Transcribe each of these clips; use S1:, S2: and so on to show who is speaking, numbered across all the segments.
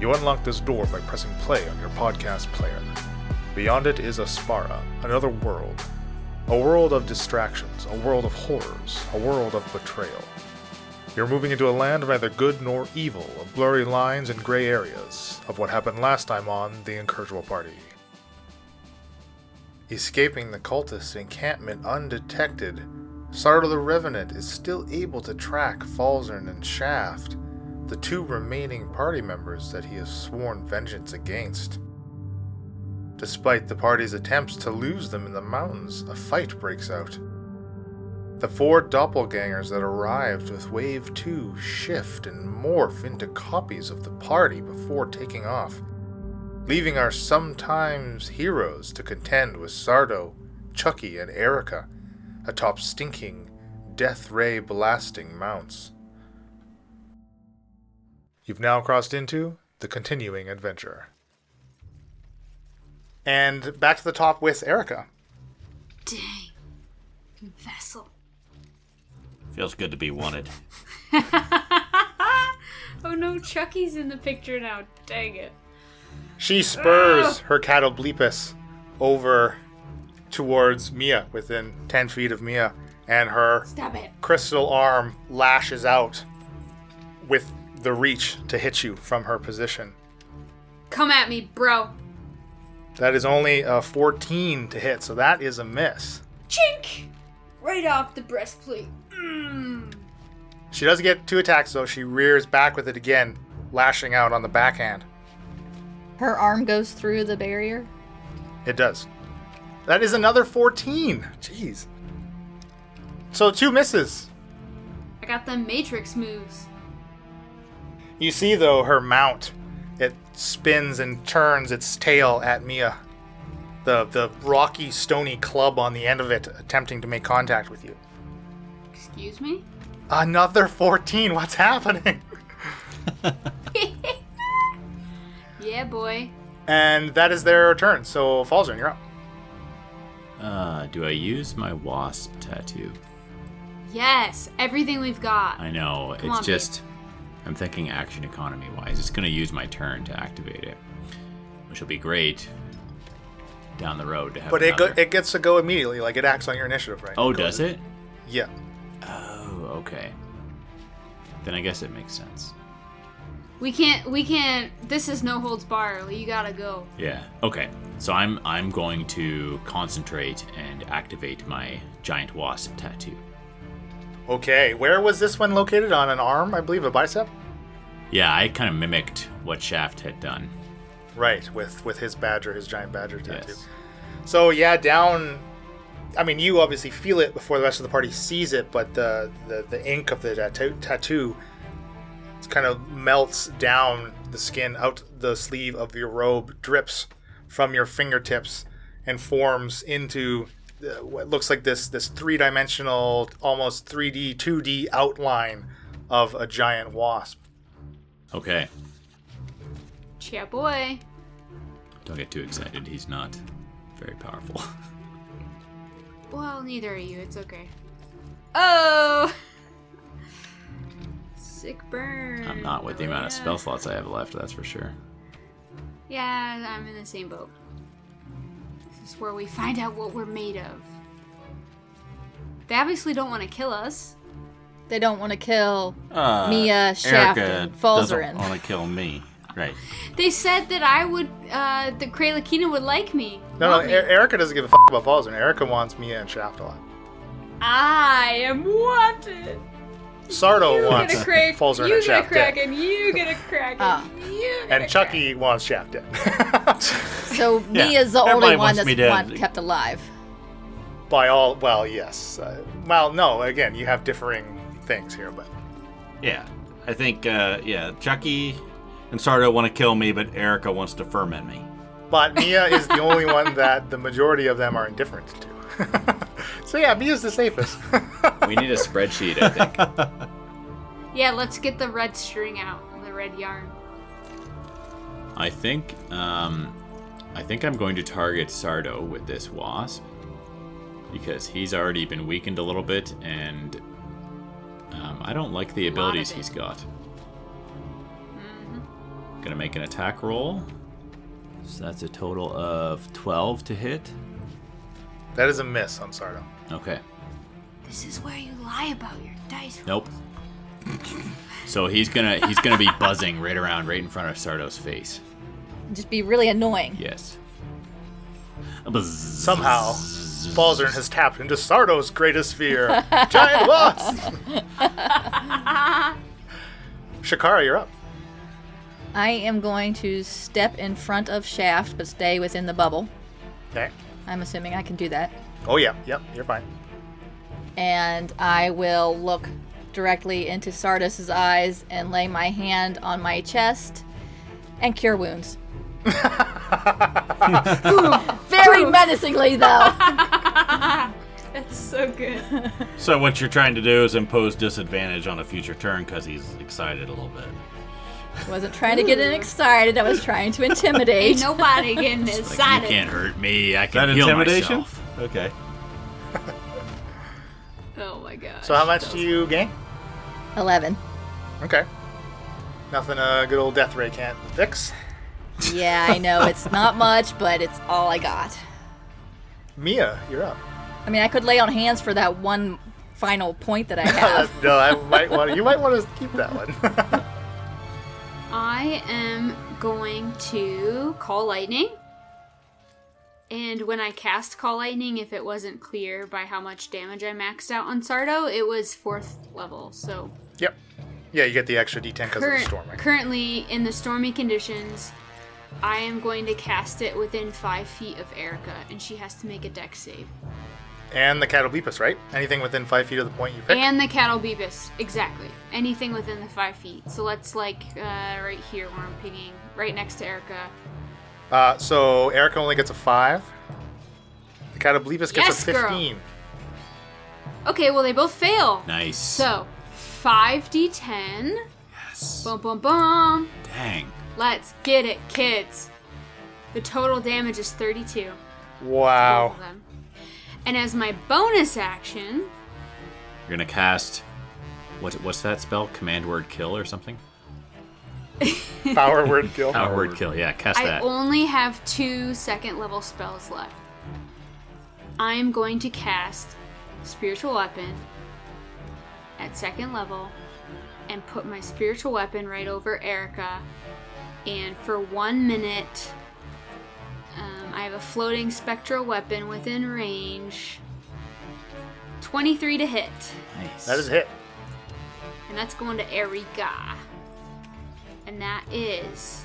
S1: You unlock this door by pressing play on your podcast player. Beyond it is Aspara, another world. A world of distractions, a world of horrors, a world of betrayal. You're moving into a land of neither good nor evil, of blurry lines and gray areas, of what happened last time on The Incorrigible Party. Escaping the cultist encampment undetected, Sardo the Revenant is still able to track Falzern and Shaft, the two remaining party members that he has sworn vengeance against. Despite the party's attempts to lose them in the mountains, a fight breaks out. The four doppelgangers that arrived with Wave 2 shift and morph into copies of the party before taking off, leaving our sometimes heroes to contend with Sardo, Chucky, and Erica atop stinking, death ray blasting mounts. You've now crossed into the continuing adventure. And back to the top with Erica.
S2: Dang. Vessel.
S3: Feels good to be wanted.
S2: Oh no, Chucky's in the picture now. Dang it.
S1: She spurs her cattle bleepus over towards Mia, within 10 feet of Mia, and her
S2: Stop it.
S1: crystal arm lashes out with the reach to hit you from her position.
S2: Come at me, bro.
S1: That is only a 14 to hit, so that is a miss.
S2: Chink! Right off the breastplate. Mm.
S1: She does get two attacks, though. She rears back with it again, lashing out on the backhand.
S4: Her arm goes through the barrier.
S1: It does. That is another 14. Jeez. So two misses.
S2: I got them Matrix moves.
S1: You see, though, her mount. It spins and turns its tail at Mia. The, the rocky, stony club on the end of it attempting to make contact with you.
S2: Excuse me?
S1: Another 14. What's happening?
S2: Yeah, boy.
S1: And that is their turn. So, Falzern, you're up.
S3: Uh, do I use my wasp tattoo?
S2: Yes, everything we've got.
S3: I know,
S2: Come
S3: it's
S2: on, babe.
S3: just. I'm thinking action economy wise. It's gonna use my turn to activate it, which will be great down the road to have
S1: But it, go,
S3: another-
S1: it gets to go immediately. Like, it acts on your initiative, right?
S3: Oh, does it?
S1: Yeah.
S3: Oh, okay. Then I guess it makes sense.
S2: We can't, we can't, this is no holds barred. You gotta go.
S3: Yeah. Okay. So I'm I'm going to concentrate and activate my giant wasp tattoo.
S1: Okay. Where was this one located? On an arm, I believe, a bicep?
S3: Yeah, I kind of mimicked what Shaft had done.
S1: Right, with with his badger, his giant badger tattoo.
S3: Yes.
S1: So yeah, down. I mean, you obviously feel it before the rest of the party sees it, but the the, the ink of the tattoo, tattoo kind of melts down the skin out the sleeve of your robe, drips from your fingertips, and forms into uh, what looks like this this three dimensional, almost three D, two D outline of a giant wasp.
S3: Okay.
S2: Yeah, boy.
S3: Don't get too excited. He's not very powerful.
S2: Well, neither are you. It's okay. Oh! Sick burn.
S3: I'm not with the
S2: Oh,
S3: amount of
S2: yeah.
S3: spell slots I have left, that's for sure.
S2: Yeah, I'm in the same boat. This is where we find out what we're made of. They obviously don't want to kill us.
S4: They don't want to kill.
S3: Uh,
S4: Mia, Shaft, and Falzarin.
S3: doesn't want to kill me. Right.
S2: They said that I would, uh, that Kralakina would like me.
S1: No,
S2: love
S1: no,
S2: me.
S1: E- Erica doesn't give a fuck about Falls, and Erica wants Mia and Shaft a lot.
S2: I am wanted.
S1: Sardo
S2: You
S1: wants
S2: get a crack.
S1: Falls
S2: you
S1: and
S2: get a
S1: Shaft dead.
S2: kraken. You get a kraken.
S4: Ah.
S2: You get a
S1: And Chucky wants Shaft dead.
S4: So
S3: Yeah,
S4: Mia's the
S3: everybody
S4: only one
S3: wants
S4: that's
S3: me dead.
S4: one kept alive.
S1: By all, well, yes. Uh, well, no, again, you have differing things here, but
S5: Yeah, I think uh, yeah, Chucky and Sardo want to kill me, but Erica wants to ferment me.
S1: but Mia is the only one that the majority of them are indifferent to. so yeah, Mia's the safest.
S3: We need a spreadsheet, I think.
S2: kraken. Yeah, let's get the red string out. The red yarn.
S3: I think um, I think I'm going to target Sardo with this wasp because he's already been weakened a little bit, and um, I don't like the
S2: Lot of
S3: abilities
S2: it.
S3: he's got.
S2: Mm-hmm.
S3: Gonna make an attack roll. So that's a total of 12 to hit.
S1: That is a miss on Sardo.
S3: Okay.
S2: This is where you lie about your dice.
S3: Nope. So he's gonna he's gonna be buzzing right around right in front of Sardo's face.
S4: Just be really annoying.
S3: Yes. A buzz.
S1: Somehow, Balzern has tapped into Sardo's greatest fear giant wasp! Shakara, you're up.
S4: I am going to step in front of Shaft, but stay within the bubble.
S1: Okay.
S4: I'm assuming I can do that.
S1: Oh, yeah. Yep, you're fine.
S4: And I will look directly into Sardas's eyes and lay my hand on my chest and cure wounds. Very menacingly, though.
S2: That's so good.
S5: So what you're trying to do is impose disadvantage on a future turn because he's excited a little bit.
S4: Wasn't trying to get in excited. I was trying to intimidate.
S2: Ain't nobody getting this
S3: Like,
S2: side
S3: you
S2: of
S3: can't
S2: it.
S3: hurt me. I
S5: That
S3: can heal
S5: intimidation?
S3: myself.
S5: Okay.
S2: Oh my god.
S1: So, how much do you gain?
S4: Eleven.
S1: Okay. Nothing a good old death ray can't fix.
S4: Yeah, I know it's not much, but it's all I got.
S1: Mia, you're up.
S4: I mean, I could lay on hands for that one final point that I have.
S1: Uh, no, I might want you might want to keep that one.
S2: I am going to call lightning. And when I cast Call Lightning, if it wasn't clear by how much damage I maxed out on Sardo, it was fourth level. So
S1: yep. Yeah, you get the extra D10 because of the
S2: current-
S1: storm. Right?
S2: currently, in the stormy conditions, I am going to cast it within five feet of Erica, and she has to make a deck save.
S1: and the Catalbeepus, right? Anything within five feet of the point you pick.
S2: And the cattle beebus, exactly. Anything within the five feet. So let's like uh, right here where I'm pinging, right next to Erica.
S1: uh, so Erica only gets a five. The Catalbeepus gets
S2: Yes,
S1: a
S2: girl.
S1: fifteen.
S2: Okay, well they both fail.
S3: Nice.
S2: So five d10.
S3: Yes.
S2: Bum bum bum.
S3: Dang.
S2: Let's get it, kids. The total damage is 32.
S1: Wow.
S2: Of them. And as my bonus action,
S3: You're gonna cast. What, what's that spell? Command word kill or something?
S1: Power word kill.
S3: Power word kill. Yeah, cast
S2: I
S3: that.
S2: only have two second level spells left. I am going to cast Spiritual Weapon at second level and put my Spiritual Weapon right over Erica. And for one minute, um, I have a floating spectral weapon within range. 23 to hit.
S3: nice.
S1: That is a hit.
S2: And that's going to Erica. And that is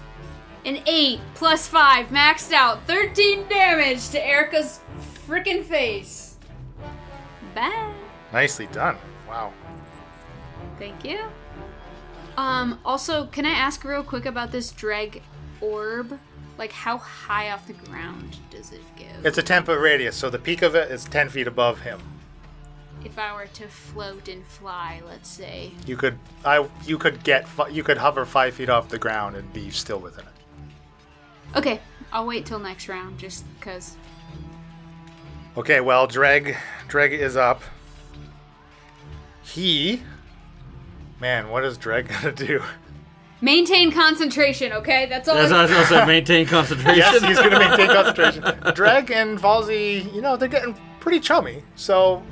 S2: an 8 plus 5 maxed out. 13 damage to Erica's freaking face. Bye.
S1: Nicely done. Wow.
S2: Thank you. Um, also, can I ask real quick about this dreg orb? Like, how high off the ground does it go?
S1: It's a ten foot radius, so the peak of it is ten feet above him.
S2: If I were to float and fly, let's say.
S1: You could I you could get fi- you could hover five feet off the ground and be still within it.
S2: Okay, I'll wait till next round just because.
S1: Okay, well, Dreg, Dreg is up. He, man, what is Dreg gonna do?
S2: Maintain concentration, okay? That's all.
S5: As
S2: I-
S5: I also maintain concentration.
S1: Yes, he's gonna maintain concentration. Dreg and Valsy, you know, they're getting pretty chummy. So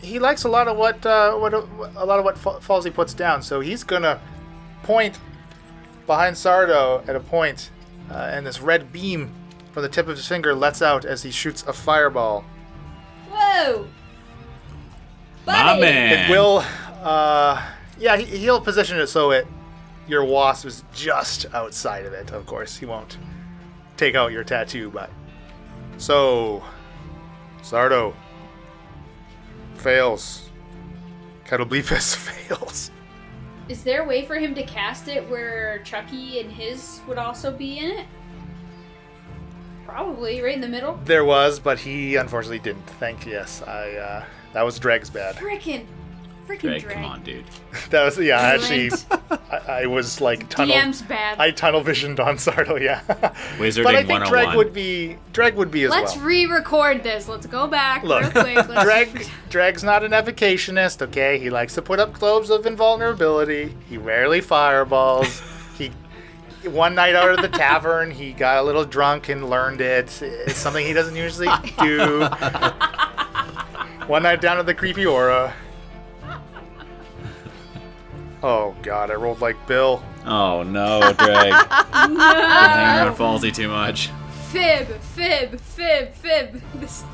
S1: he likes a lot of what uh, what a lot of what Fa- Falsey puts down. So he's gonna point behind Sardo at a point, uh, and this red beam from the tip of his finger lets out as he shoots a fireball.
S2: Whoa!
S3: My
S1: It
S3: man.
S1: will. Uh, yeah, he, he'll position it so it your wasp is just outside of it. Of course, he won't take out your tattoo, but so Sardo fails. Kettlebeepus fails.
S2: Is there a way for him to cast it where Chucky and his would also be in it? Probably, right in the middle.
S1: There was, but he unfortunately didn't. Thank yes, I. Uh, that was Dreg's bad.
S2: Frickin', frickin'
S3: Drag,
S2: drag.
S3: come on, dude.
S1: That was yeah. Actually,
S2: Excellent.
S1: I, I was like tunnel.
S2: DM's bad.
S1: I tunnel visioned on Sardo. Yeah.
S3: Wizarding
S1: but I think
S3: 101.
S1: Dreg would be Dreg would be as
S2: Let's
S1: well.
S2: re-record this. Let's go back real
S1: Look,
S2: quick. Let's
S1: Dreg, Dreg's not an evocationist, okay? He likes to put up globes of invulnerability. He rarely fireballs. he one night out of the tavern, he got a little drunk and learned it. It's something he doesn't usually do. one night down at the creepy aura. Oh god, I rolled like Bill.
S3: Oh no, Greg. I've been hanging on Falsey too much.
S2: Fib, fib, fib, fib. This,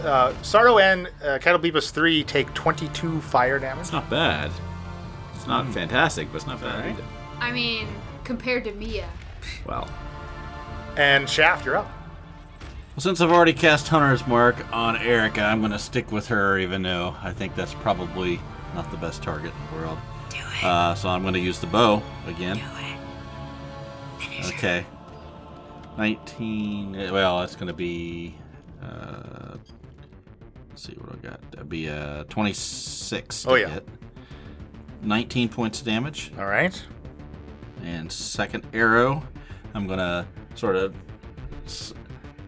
S1: Uh, Sardo and uh, Cattle Beepus 3 take 22 fire damage.
S3: It's not bad. It's not fantastic, but it's not bad.
S1: Hmm. Alright.
S3: either.
S2: I mean, compared to Mia.
S3: Well,
S1: And Shaft, you're up.
S5: Well, since I've already cast Hunter's Mark on Erica, I'm going to stick with her, even though I think that's probably not the best target in the world. Do it. Uh, so I'm going to use the bow again. Do it. Okay. 19. uh, Well, that's going to be. Uh, let's see what I got. That'd be uh, 26. to
S1: Oh, yeah.
S5: hit. 19 points of damage.
S1: All right.
S5: And second arrow, I'm gonna sort of s-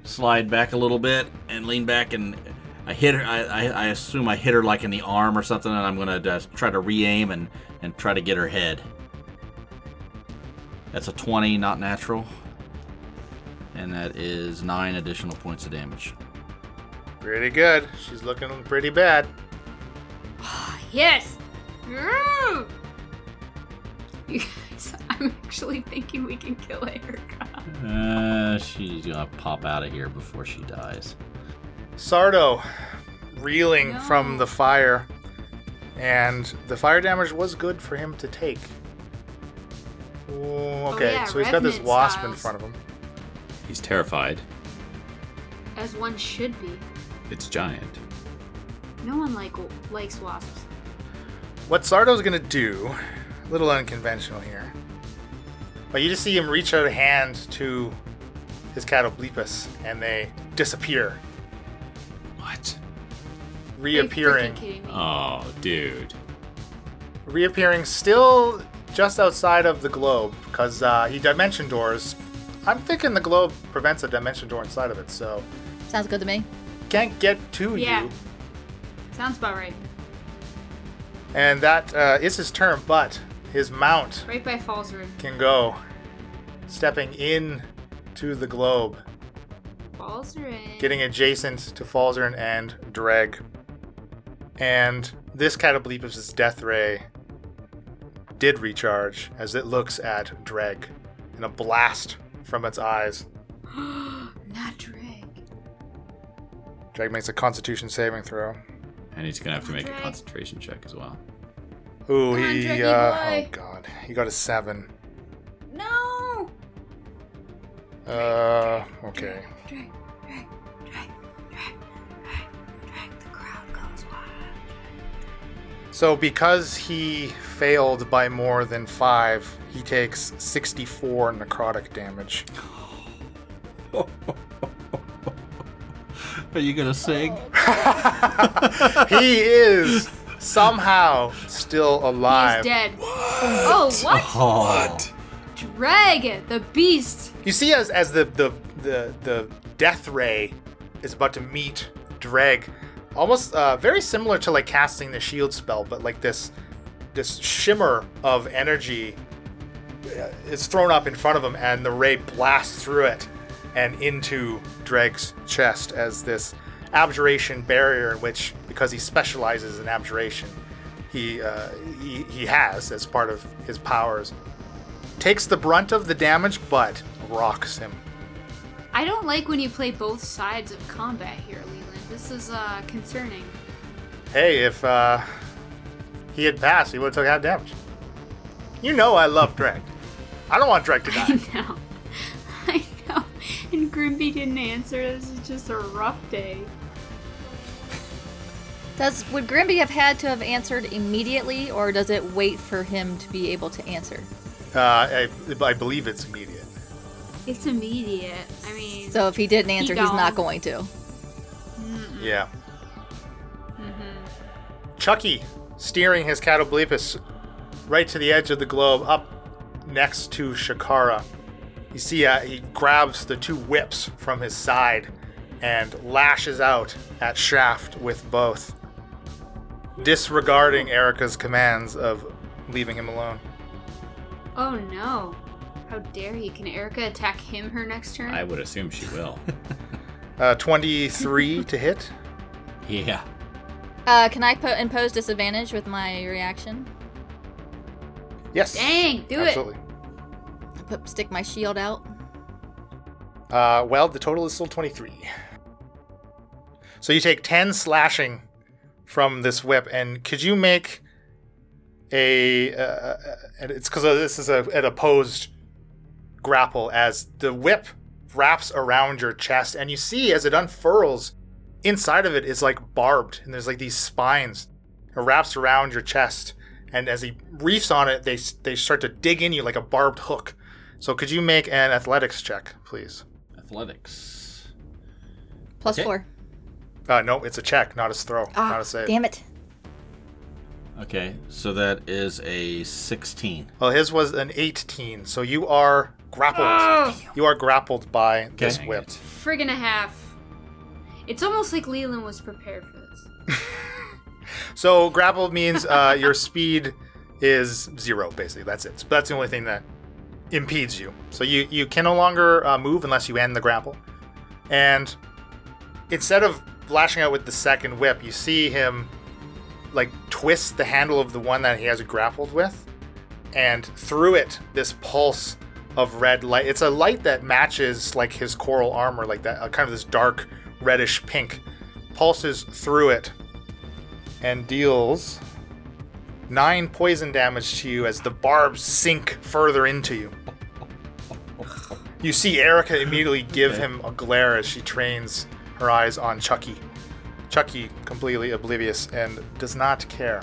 S5: slide back a little bit and lean back, and I hit her. I, I, I assume I hit her like in the arm or something, and I'm gonna just try to re-aim and and try to get her head. That's a 20, not natural, and that is nine additional points of damage.
S1: Pretty good. She's looking pretty bad.
S2: Yes! Mm. You guys, I'm actually thinking we can kill Erica.
S5: Uh, she's gonna pop out of here before she dies.
S1: Sardo, reeling
S2: No.
S1: from the fire, and the fire damage was good for him to take. Ooh, okay,
S2: Oh, yeah,
S1: so he's got this
S2: Revenant
S1: wasp in
S2: styles.
S1: front of him.
S3: he's terrified.
S2: As one should be.
S3: It's giant.
S2: No one like likes wasps.
S1: What Sardo's gonna do, a little unconventional here, but you just see him reach out a hand to his cattle Bleepus, and they disappear,
S3: What?
S2: Are you
S1: reappearing.
S2: freaking kidding me?
S3: Oh, dude.
S1: reappearing still just outside of the globe because uh, he dimension doors. I'm thinking the globe prevents a dimension door inside of it, so
S4: Sounds good to me.
S1: can't get to
S2: Yeah.
S1: you.
S2: Sounds about right.
S1: And that uh, is his turn, but his mount
S2: Right by Falls Room.
S1: can go stepping in to the globe,
S2: Falls Room.
S1: getting adjacent to Falzern and Dreg. And this Catableepus' death ray did recharge as it looks at Dreg in a blast from its eyes.
S2: Not Drake.
S1: Drag makes a constitution saving throw.
S3: And he's gonna have to make a
S2: Drag.
S3: concentration check as well.
S1: Ooh,
S2: Come on,
S1: he,
S2: Draggy
S1: uh, oh
S2: boy.
S1: god, he got a seven.
S2: No!
S1: Uh, okay.
S2: Drake, Drake, Drake, Drake, Drake, Drake. The crowd goes wild.
S1: So because he failed by more than five, he takes 64 necrotic damage.
S5: Are you gonna sing?
S1: he is somehow still alive.
S2: He's dead. Oh, what?
S5: What?
S2: Drag, the beast.
S1: You see, as as the the the, the death ray is about to meet Dreg, almost uh, very similar to like casting the shield spell, but like this this shimmer of energy uh, is thrown up in front of him, and the ray blasts through it and into Dreg's chest as this abjuration barrier, in which because he specializes in abjuration, he uh, he, he has as part of his powers takes the brunt of the damage, but rocks him.
S2: I don't like when you play both sides of combat here, Leland. This is uh, concerning.
S1: Hey, if uh, he had passed, he would have took half damage. You know I love Drake. I don't want Drake to die.
S2: No. I know. And Grimby didn't answer. This is just a rough day.
S4: Does would Grimby have had to have answered immediately, or does it wait for him to be able to answer?
S1: uh, I, I believe it's immediate.
S2: It's immediate. I mean,
S4: So if he didn't answer, he's
S2: gone.
S4: not going to.
S1: Yeah.
S2: Mm-hmm.
S1: Chucky steering his Catoblepus right to the edge of the globe, up next to Shakara. You see, uh, he grabs the two whips from his side and lashes out at Shaft with both, disregarding Erica's commands of leaving him alone.
S2: oh no. How dare you? Can Erica attack him her next turn?
S3: I would assume she will.
S1: Uh, 23 to hit.
S5: Yeah.
S4: Uh, can I po- impose disadvantage with my reaction?
S1: Yes.
S2: Dang, do
S1: Absolutely.
S4: Put, stick my shield out.
S1: Uh, well, the total is still 23. So you take 10 slashing from this whip, and could you make a. Uh, and it's because this is a, an opposed grapple as the whip wraps around your chest, and you see as it unfurls, inside of it is like barbed, and there's like these spines. It wraps around your chest, and as he reefs on it, they, they start to dig in you like a barbed hook. So could you make an athletics check, please?
S5: Athletics.
S4: Plus
S5: Okay.
S4: four.
S1: Uh, no, it's a check, not a throw, not
S4: Ah,
S1: a save.
S4: damn it.
S5: Okay, so that is a 16.
S1: Well, his was an 18, so you are grappled.
S4: Ah.
S1: You are grappled by this
S5: Dang
S1: whip.
S3: it.
S2: Friggin' a half. It's almost like Leland was prepared for this.
S1: So grappled means uh, your speed is zero, basically. That's it. That's the only thing that impedes you. So you you can no longer uh, move unless you end the grapple. And instead of lashing out with the second whip, you see him like twist the handle of the one that he has grappled with, and through it, this pulse of red light. It's a light that matches like his coral armor, like that uh, kind of this dark reddish pink pulses through it and deals nine poison damage to you as the barbs sink further into you. You see Erica immediately give him a glare as she trains her eyes on Chucky. Chucky, completely oblivious and does not care.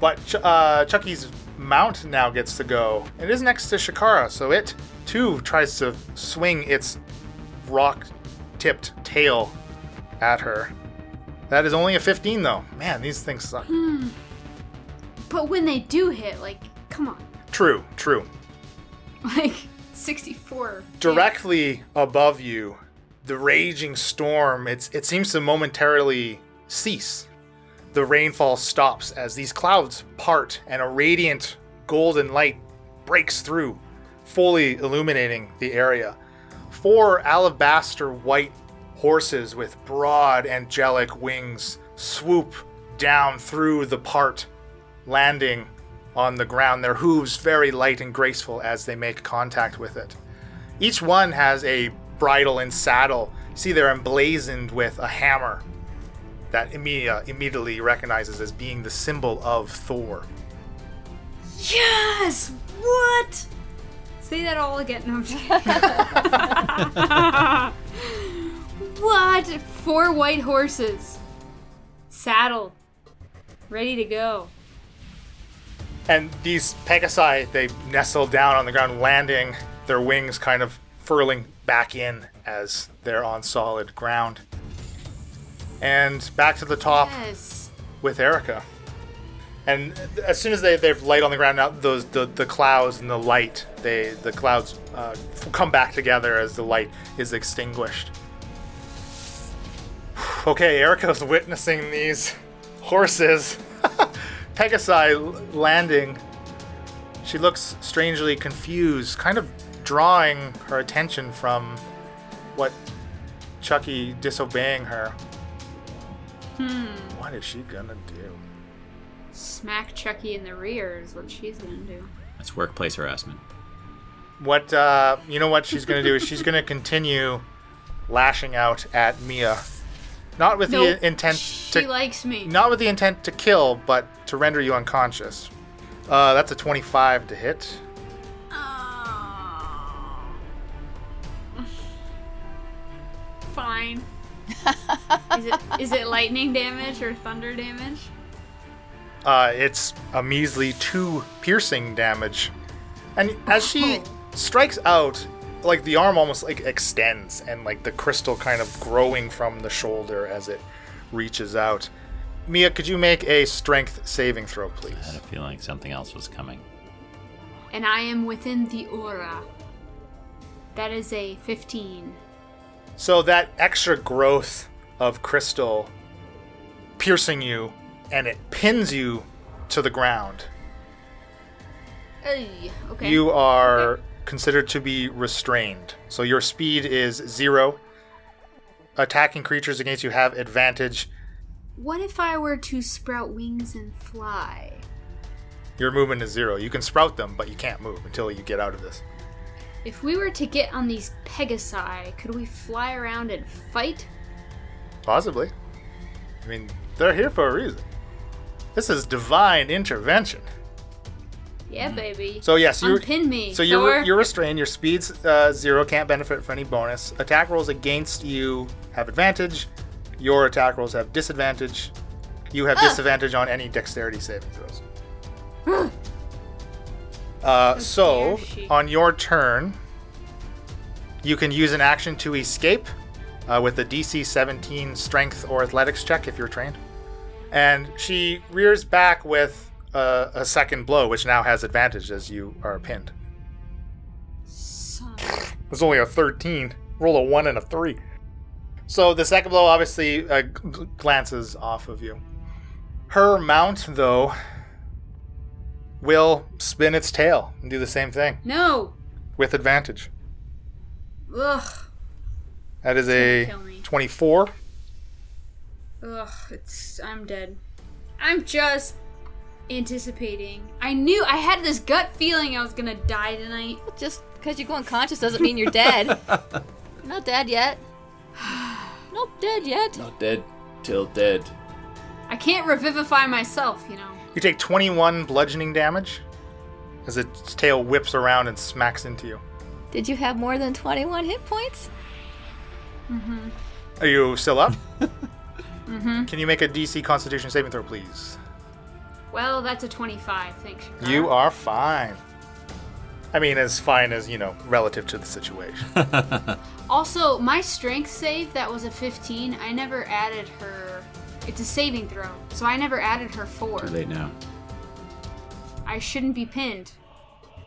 S1: But Ch- uh, Chucky's mount now gets to go. It is next to Shikara, so it too tries to swing its rock tipped tail at her. That is only a 15, though. Man, these things suck.
S2: But when they do hit, like, come on.
S1: True, true.
S2: Like, 64.
S1: Directly above you, the raging storm, it's, it seems to momentarily cease. The rainfall stops as these clouds part and a radiant golden light breaks through, fully illuminating the area. Four alabaster white horses with broad angelic wings swoop down through the part landing on the ground, their hooves very light and graceful as they make contact with it. Each one has a bridle and saddle. See, they're emblazoned with a hammer that Emilia immediately recognizes as being the symbol of Thor.
S2: Yes! What? Say that all again. No, I'm just kidding. what? Four white horses. Saddled. Ready to go.
S1: And these Pegasi, they nestle down on the ground, landing, their wings kind of furling back in as they're on solid ground. And back to the top.
S2: Yes.
S1: with Erica. And as soon as they, they've light on the ground, now those the, the clouds and the light, they the clouds uh, f- come back together as the light is extinguished. Okay, Erica's witnessing these horses, Pegasi l- landing. She looks strangely confused, kind of drawing her attention from what Chucky disobeying her. What is she gonna do?
S2: Smack Chucky in the rear is what she's gonna do.
S3: That's workplace harassment.
S1: What uh, you know? What she's going to do is she's going to continue lashing out at Mia, not with
S2: No,
S1: the intent
S2: she
S1: to
S2: likes me.
S1: not with the intent to kill, but to render you unconscious. Uh, that's a 25 to hit.
S2: Fine. is it is it lightning damage or thunder damage?
S1: Uh, it's a measly two piercing damage, and as she
S2: Oh.
S1: strikes out, like the arm almost like extends, and like the crystal kind of growing from the shoulder as it reaches out. Mia, could you make a strength saving throw, please?
S3: I had a feeling something else was coming.
S2: And I am within the aura. That is a 15.
S1: So that extra growth of crystal piercing you and it pins you to the ground.
S2: Ey, okay.
S1: You are considered to be restrained. So your speed is zero. Attacking creatures against you have advantage.
S2: What if I were to sprout wings and fly?
S1: Your movement is zero. You can sprout them, but you can't move until you get out of this.
S2: If we were to get on these Pegasi, could we fly around and fight?
S1: Possibly. I mean, they're here for a reason. This is divine intervention.
S2: Yeah, baby.
S1: Mm. So yes, you
S2: Unpin me,
S1: So you're
S2: Thor.
S1: you're restrained. Your speed's uh, zero. Can't benefit from any bonus. Attack rolls against you have advantage. Your attack rolls have disadvantage. You have disadvantage on any dexterity saving throws. uh, so
S2: dare she.
S1: on your turn, you can use an action to escape uh, with a DC 17 Strength or Athletics check if you're trained. And she rears back with uh, a second blow, which now has advantage as you are pinned.
S2: Son.
S1: It's only a 13. Roll a 1 and a 3. So the second blow obviously uh, gl- glances off of you. Her mount, though, will spin its tail and do the same thing
S2: No.
S1: with advantage.
S2: Ugh.
S1: That is
S2: It's
S1: a
S2: gonna kill me.
S1: 24.
S2: Ugh. It's. I'm dead. I'm just anticipating. I knew I had this gut feeling I was gonna die tonight.
S4: Just because you go unconscious doesn't mean you're dead. Not dead yet. Not dead yet.
S3: Not dead till dead.
S2: I can't revivify myself, you know.
S1: You take 21 bludgeoning damage as its tail whips around and smacks into you.
S4: Did you have more than 21 hit points?
S1: Are you still up?
S2: Mm-hmm.
S1: Can you make a DC Constitution saving throw, please?
S2: Well, that's a 25. Thanks. Shakara.
S1: You are fine. I mean, as fine as, you know, relative to the situation.
S2: Also, my strength save that was a 15. I never added her. It's a saving throw, so I never added her four.
S3: Too late now.
S2: I shouldn't be pinned.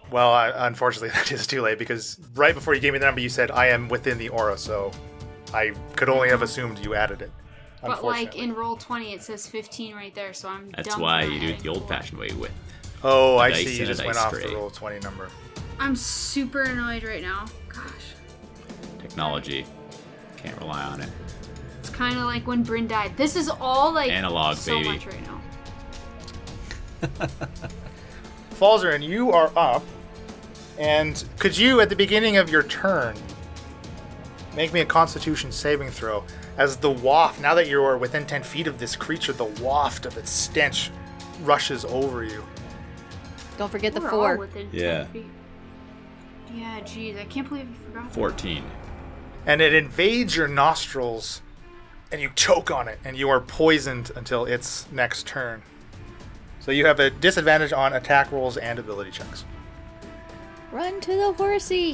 S1: well, I, unfortunately, that is too late because right before you gave me the number, you said, I am within the aura, so I could only have assumed you added it.
S2: But like
S1: Unfortunately.
S2: in roll 20, it says 15 right there, so I'm.
S3: That's
S2: dumb
S3: why
S2: for
S3: you do it
S2: adding
S3: the old
S2: four.
S3: fashioned way with.
S1: oh, I
S3: dice
S1: see. You
S3: and a
S1: just went
S3: dice
S1: off
S3: tray.
S1: the roll 20 number.
S2: I'm super annoyed right now. Gosh,
S3: Technology. Can't rely on it.
S2: it's kind of like when Bryn died. This is all like
S3: Analog,
S2: so
S3: baby.
S2: much right now.
S1: Falzer, and you are up. And could you, at the beginning of your turn, make me a Constitution saving throw? As the waft, now that you are within 10 feet of this creature, the waft of its stench rushes over you.
S4: Don't forget the
S2: We're all
S4: four.
S2: within
S3: Yeah.
S2: 10 feet. Yeah, geez, I can't believe I forgot. that.
S3: 14.
S1: and it invades your nostrils and you choke on it and you are poisoned until its next turn. So you have a disadvantage on attack rolls and ability checks.
S4: Run to the horsey.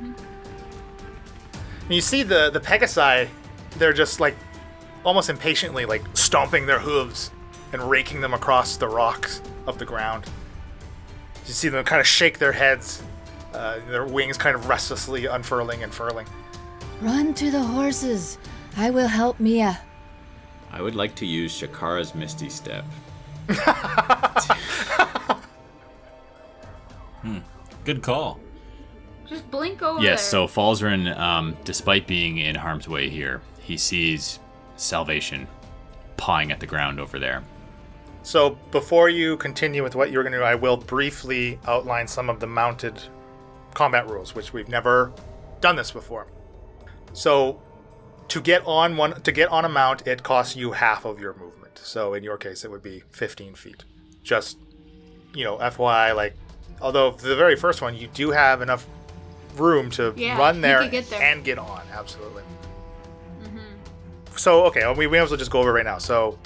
S1: And you see the the Pegasi, they're just like almost impatiently like stomping their hooves and raking them across the rocks of the ground. You see them kind of shake their heads, uh, their wings kind of restlessly unfurling and furling.
S4: Run to the horses. I will help Mia.
S3: I would like to use Shakara's Misty Step.
S5: Good call.
S2: Just blink over.
S3: Hmm. Yes,
S2: there.
S3: so Falzarin, um, despite being in harm's way here, he sees salvation pawing at the ground over there.
S1: So before you continue with what you were going to do, I will briefly outline some of the mounted combat rules, which we've never done this before. So to get on one to get on a mount, it costs you half of your movement. So in your case, it would be 15 feet. Just you know, FYI, like although for the very first one, you do have enough room to
S2: Yeah,
S1: run
S2: you
S1: there,
S2: could get there. Mm-hmm.
S1: and get on. Absolutely. So okay, we may as well just go over right now. So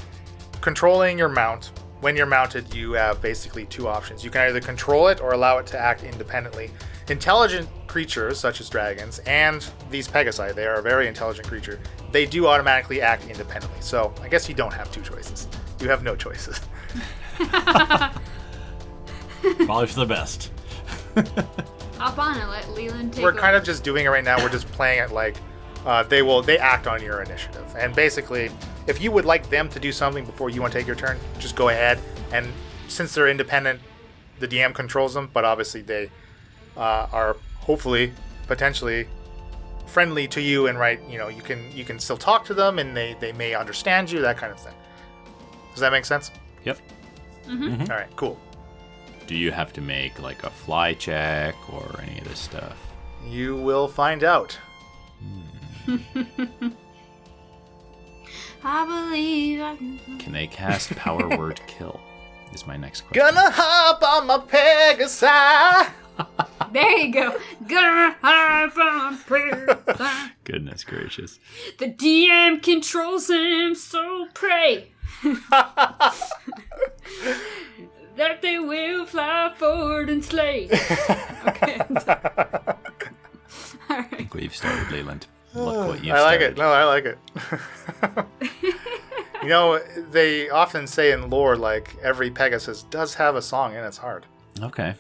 S1: controlling your mount when you're mounted you have basically two options you can either control it or allow it to act independently intelligent creatures such as dragons and these pegasi they are a very intelligent creature they do automatically act independently so i guess you don't have two choices you have no choices
S5: Probably for the best.
S2: Hop on and let Leland take
S1: we're kind
S2: over.
S1: of just doing it right now we're just playing it like uh, they will they act on your initiative and basically if you would like them to do something before you want to take your turn just go ahead and since they're independent the DM controls them, but obviously they uh, are hopefully potentially friendly to you and right. You know, you can you can still talk to them, and they they may understand you, that kind of thing. Does that make sense?
S3: Yep.
S1: All right, cool.
S3: Do you have to make like a fly check or any of this stuff?
S1: You will find out.
S2: I believe I can.
S3: Can they cast power word kill? Is my next question.
S1: Gonna hop on my Pegasus.
S2: There you go. Gonna hide from prayer.
S3: Goodness gracious.
S2: The DM controls him, so pray that they will fly forward and slay. Okay. All right.
S3: We've started, Leland. Look what you've
S1: I like it.
S3: started.
S1: No, I like it. you know, they often say in lore, like every Pegasus does have a song in its heart.
S3: Okay.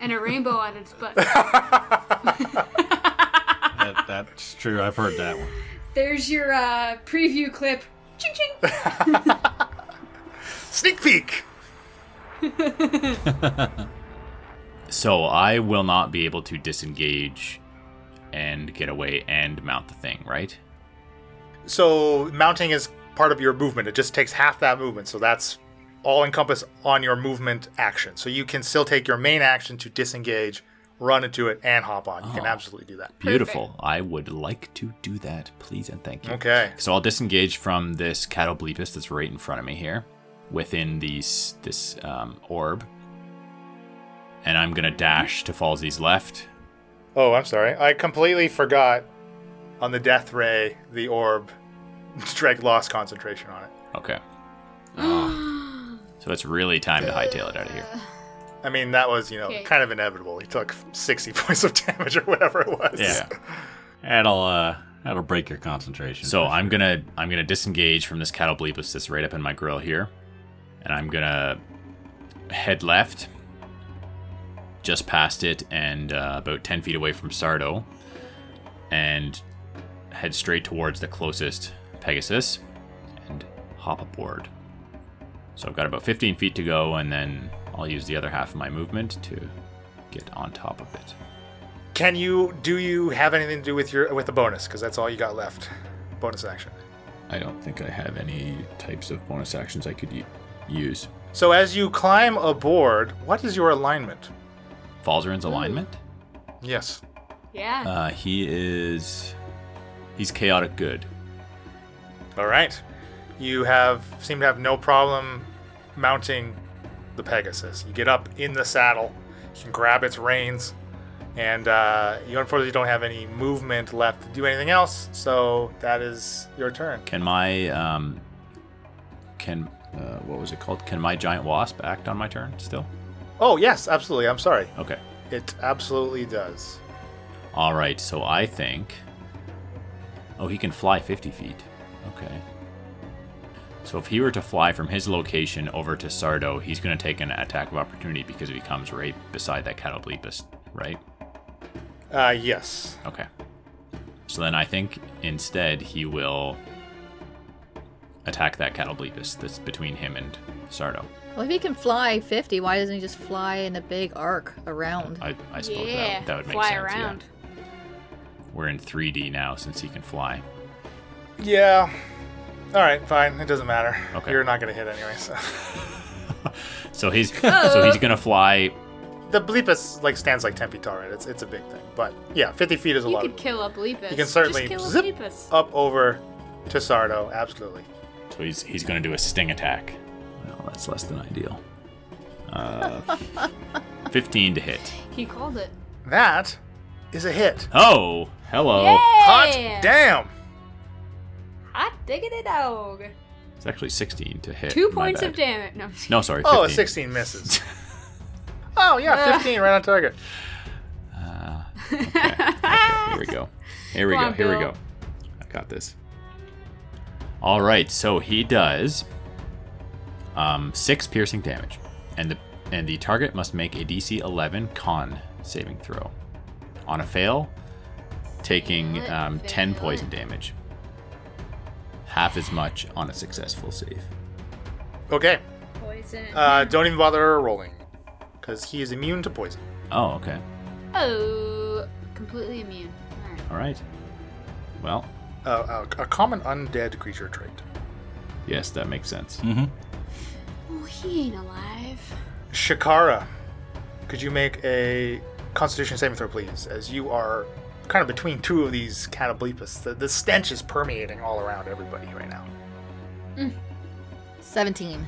S2: And a rainbow on its butt.
S5: That, that's true. I've heard that one.
S2: There's your uh, preview clip. Ching ching.
S1: Sneak peek.
S3: So I will not be able to disengage and get away and mount the thing, right?
S1: So mounting is part of your movement. It just takes half that movement, so that's all encompass on your movement action. So you can still take your main action to disengage, run into it, and hop on. You can absolutely do that.
S3: Beautiful. I would like to do that, please and thank you.
S1: Okay.
S3: So I'll disengage from this cattle bleepus that's right in front of me here, within these this um, orb, and I'm gonna dash to Falsey's left.
S1: Oh, I'm sorry. I completely forgot on the death ray, the orb. Drake lost concentration on it.
S3: Okay. So it's really time to hightail it out of here.
S1: I mean, that was, you know,
S2: Okay.
S1: kind of inevitable. He took 60 points of damage or whatever it was.
S5: Yeah. That'll uh, that'll break your concentration.
S3: So I'm gonna I'm gonna disengage from this cattle bleepus that's right up in my grill here, and I'm gonna head left, just past it, and uh, about ten feet away from Sardo, and head straight towards the closest Pegasus, and hop aboard. So I've got about 15 feet to go, and then I'll use the other half of my movement to get on top of it.
S1: Can you, do you have anything to do with your, with the bonus? Because that's all you got left. Bonus action.
S3: I don't think I have any types of bonus actions I could u- use.
S1: So as you climb aboard, what is your alignment?
S3: Falzarin's alignment.
S1: Yes.
S2: Yeah.
S3: Uh, he is. He's chaotic good.
S1: All right. You have, seem to have no problem mounting the Pegasus. You get up in the saddle, you can grab its reins, and uh, you unfortunately don't have any movement left to do anything else, so that is your turn.
S3: Can my um, can uh, what was it called? Can my giant wasp act on my turn still?
S1: Oh, yes, absolutely. I'm sorry.
S3: Okay.
S1: It absolutely does.
S3: All right. So I think. Oh, he can fly 50 feet. Okay. So if he were to fly from his location over to Sardo, he's going to take an attack of opportunity because he comes right beside that Catoblepus, right?
S1: Uh, yes.
S3: Okay. So then I think instead he will attack that cattle bleepus that's between him and Sardo.
S4: Well, if he can fly 50, why doesn't he just fly in a big arc around?
S3: I, I suppose
S2: yeah.
S3: that, that would make
S2: Fly
S3: sense.
S2: around.
S3: Yeah. We're in 3D now since he can fly.
S1: Yeah. All right, fine. It doesn't matter.
S3: Okay.
S1: You're not gonna hit anyway. So
S3: So he's so he's gonna fly.
S1: the bleepus like stands like ten feet tall, right? It's it's a big thing, but yeah, fifty feet is a
S2: You
S1: lot.
S2: could kill a bleepus.
S1: you can certainly
S2: Just kill a
S1: zip
S2: bleepus.
S1: up over to Sardo. Absolutely.
S3: So he's he's gonna do a sting attack. Well, that's less than ideal. Uh, 15 to hit.
S2: He called it.
S1: That is a hit.
S3: Oh, hello.
S1: Hot
S2: Yeah.
S1: damn.
S2: Hot diggity dog.
S3: It's actually 16 to hit.
S2: Two
S3: My
S2: points
S3: bad.
S2: of damage. No, I'm just
S3: No, sorry. 15.
S1: Oh, a sixteen misses. oh yeah, fifteen right on target.
S3: Okay, here we go. Here we
S2: Come
S3: go.
S2: on,
S3: Here we
S2: Bill.
S3: go. I got this. All right, so he does um, six piercing damage, and the and the target must make a DC 11 Con saving throw. On a fail, taking
S2: Fail it,
S3: um, 10
S2: fail
S3: poison
S2: it.
S3: damage. Half as much on a successful save.
S1: Okay.
S2: poison.
S1: Uh, don't even bother rolling. because he is immune to poison.
S3: Oh, okay.
S2: Oh, completely immune. All right.
S3: All right. Well,
S1: Uh, a, a common undead creature trait.
S3: yes, that makes sense.
S5: Mm-hmm.
S2: Oh, he ain't alive.
S1: Shikara, could you make a Constitution saving throw, please? As you are kind of between two of these catablepus. The, the stench is permeating all around everybody right now.
S4: 17.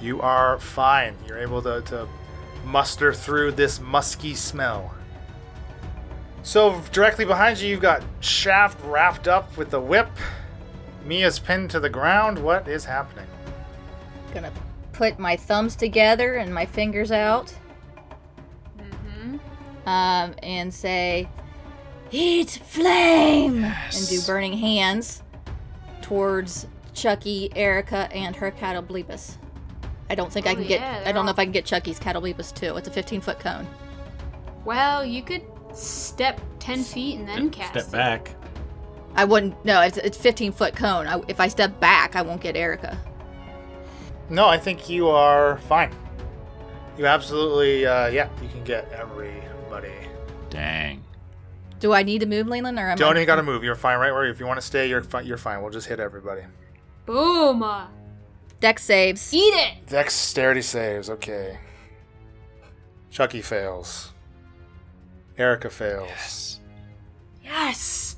S1: You are fine. You're able to, to muster through this musky smell. So, directly behind you, you've got Shaft wrapped up with the whip. Mia's pinned to the ground. What is happening?
S4: Gonna put my thumbs together and my fingers out
S2: Mm-hmm.
S4: um, and say, Heat flame! And do
S3: Yes.
S4: burning hands towards Chucky, Erica, and her Catablepus. I don't think I
S2: Oh,
S4: can get.
S2: yeah,
S4: I
S2: they're
S4: don't know if
S2: all-
S4: I can get Chucky's Catablepus too. It's a 15 foot cone.
S2: Well, you could step ten feet and then cast.
S5: Step
S2: it.
S5: back.
S4: I wouldn't. No, it's it's 15 foot cone. I, if I step back, I won't get Erica.
S1: No, I think you are fine. You absolutely, uh, yeah, you can get everybody.
S3: Dang.
S4: Do I need to move, Leland, or am
S1: Don't
S4: I?
S1: even gotta move. You're fine right where. If you want to stay, you're fine. You're fine. We'll just hit everybody.
S2: Boom! Uh,
S4: Deck saves.
S2: Eat it.
S1: Dexterity saves. Okay. Chucky fails. Erica fails.
S2: Yes.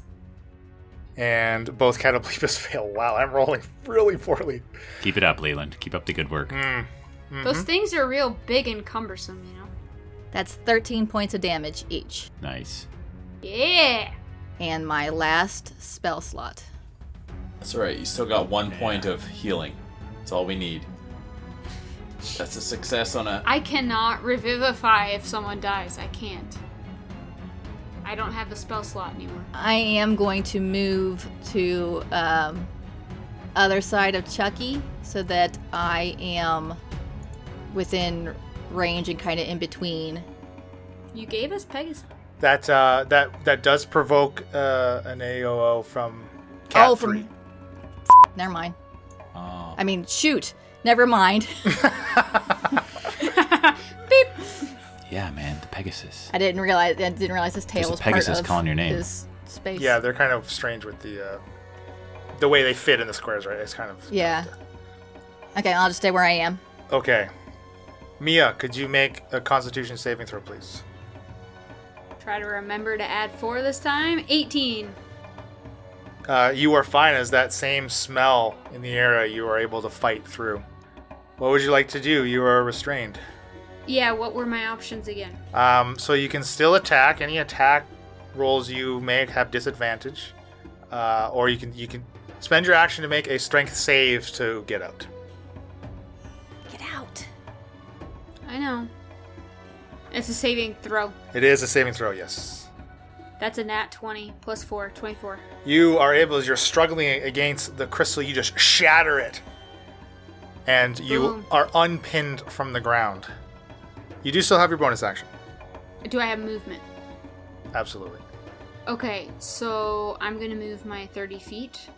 S1: And both Cataplepus fail. Wow, I'm rolling really poorly.
S3: Keep it up, Leland. Keep up the good work.
S1: Mm. Mhm.
S5: Mm-hmm.
S2: Those things are real big and cumbersome, you know.
S4: That's 13 points of damage each.
S3: Nice.
S2: Yeah.
S4: And my last spell slot.
S6: That's all right. You still got one point of healing. That's all we need. That's a success on a.
S2: I cannot revivify if someone dies. I can't. I don't have the spell slot anymore.
S4: I am going to move to um, other side of Chucky so that I am within range and kind of in between.
S2: You gave us Pegasus.
S1: That uh, that that does provoke uh, an AOO from Cat
S4: Oh, from-
S1: three.
S4: Never mind.
S6: Oh.
S4: I mean, shoot. Never mind.
S3: Yeah, man. The Pegasus.
S4: I didn't realize. I didn't realize his tail
S3: There's a
S4: was
S3: Pegasus
S4: part of
S3: calling your name.
S4: his space.
S1: Yeah, they're kind of strange with the uh, the way they fit in the squares, right? It's kind of
S4: Yeah. Okay, I'll just stay where I am.
S1: okay. Mia, could you make a Constitution saving throw, please?
S2: Try to remember to add four this time. 18.
S1: Uh, you are fine as that same smell in the area. You are able to fight through. What would you like to do? You are restrained.
S2: Yeah, what were my options again?
S1: Um, so you can still attack. Any attack rolls you make have disadvantage, uh, or you can you can spend your action to make a strength save to get out.
S4: Get out.
S2: I know. It's a saving throw.
S1: It is a saving throw. Yes,
S2: That's a nat 20 plus 4, 24.
S1: you are able as you're struggling against the crystal. You just shatter it, and you
S2: Boom.
S1: are unpinned from the ground. You do still have your bonus action.
S2: Do I have movement?
S1: Absolutely.
S2: Okay, so I'm gonna move my 30 feet.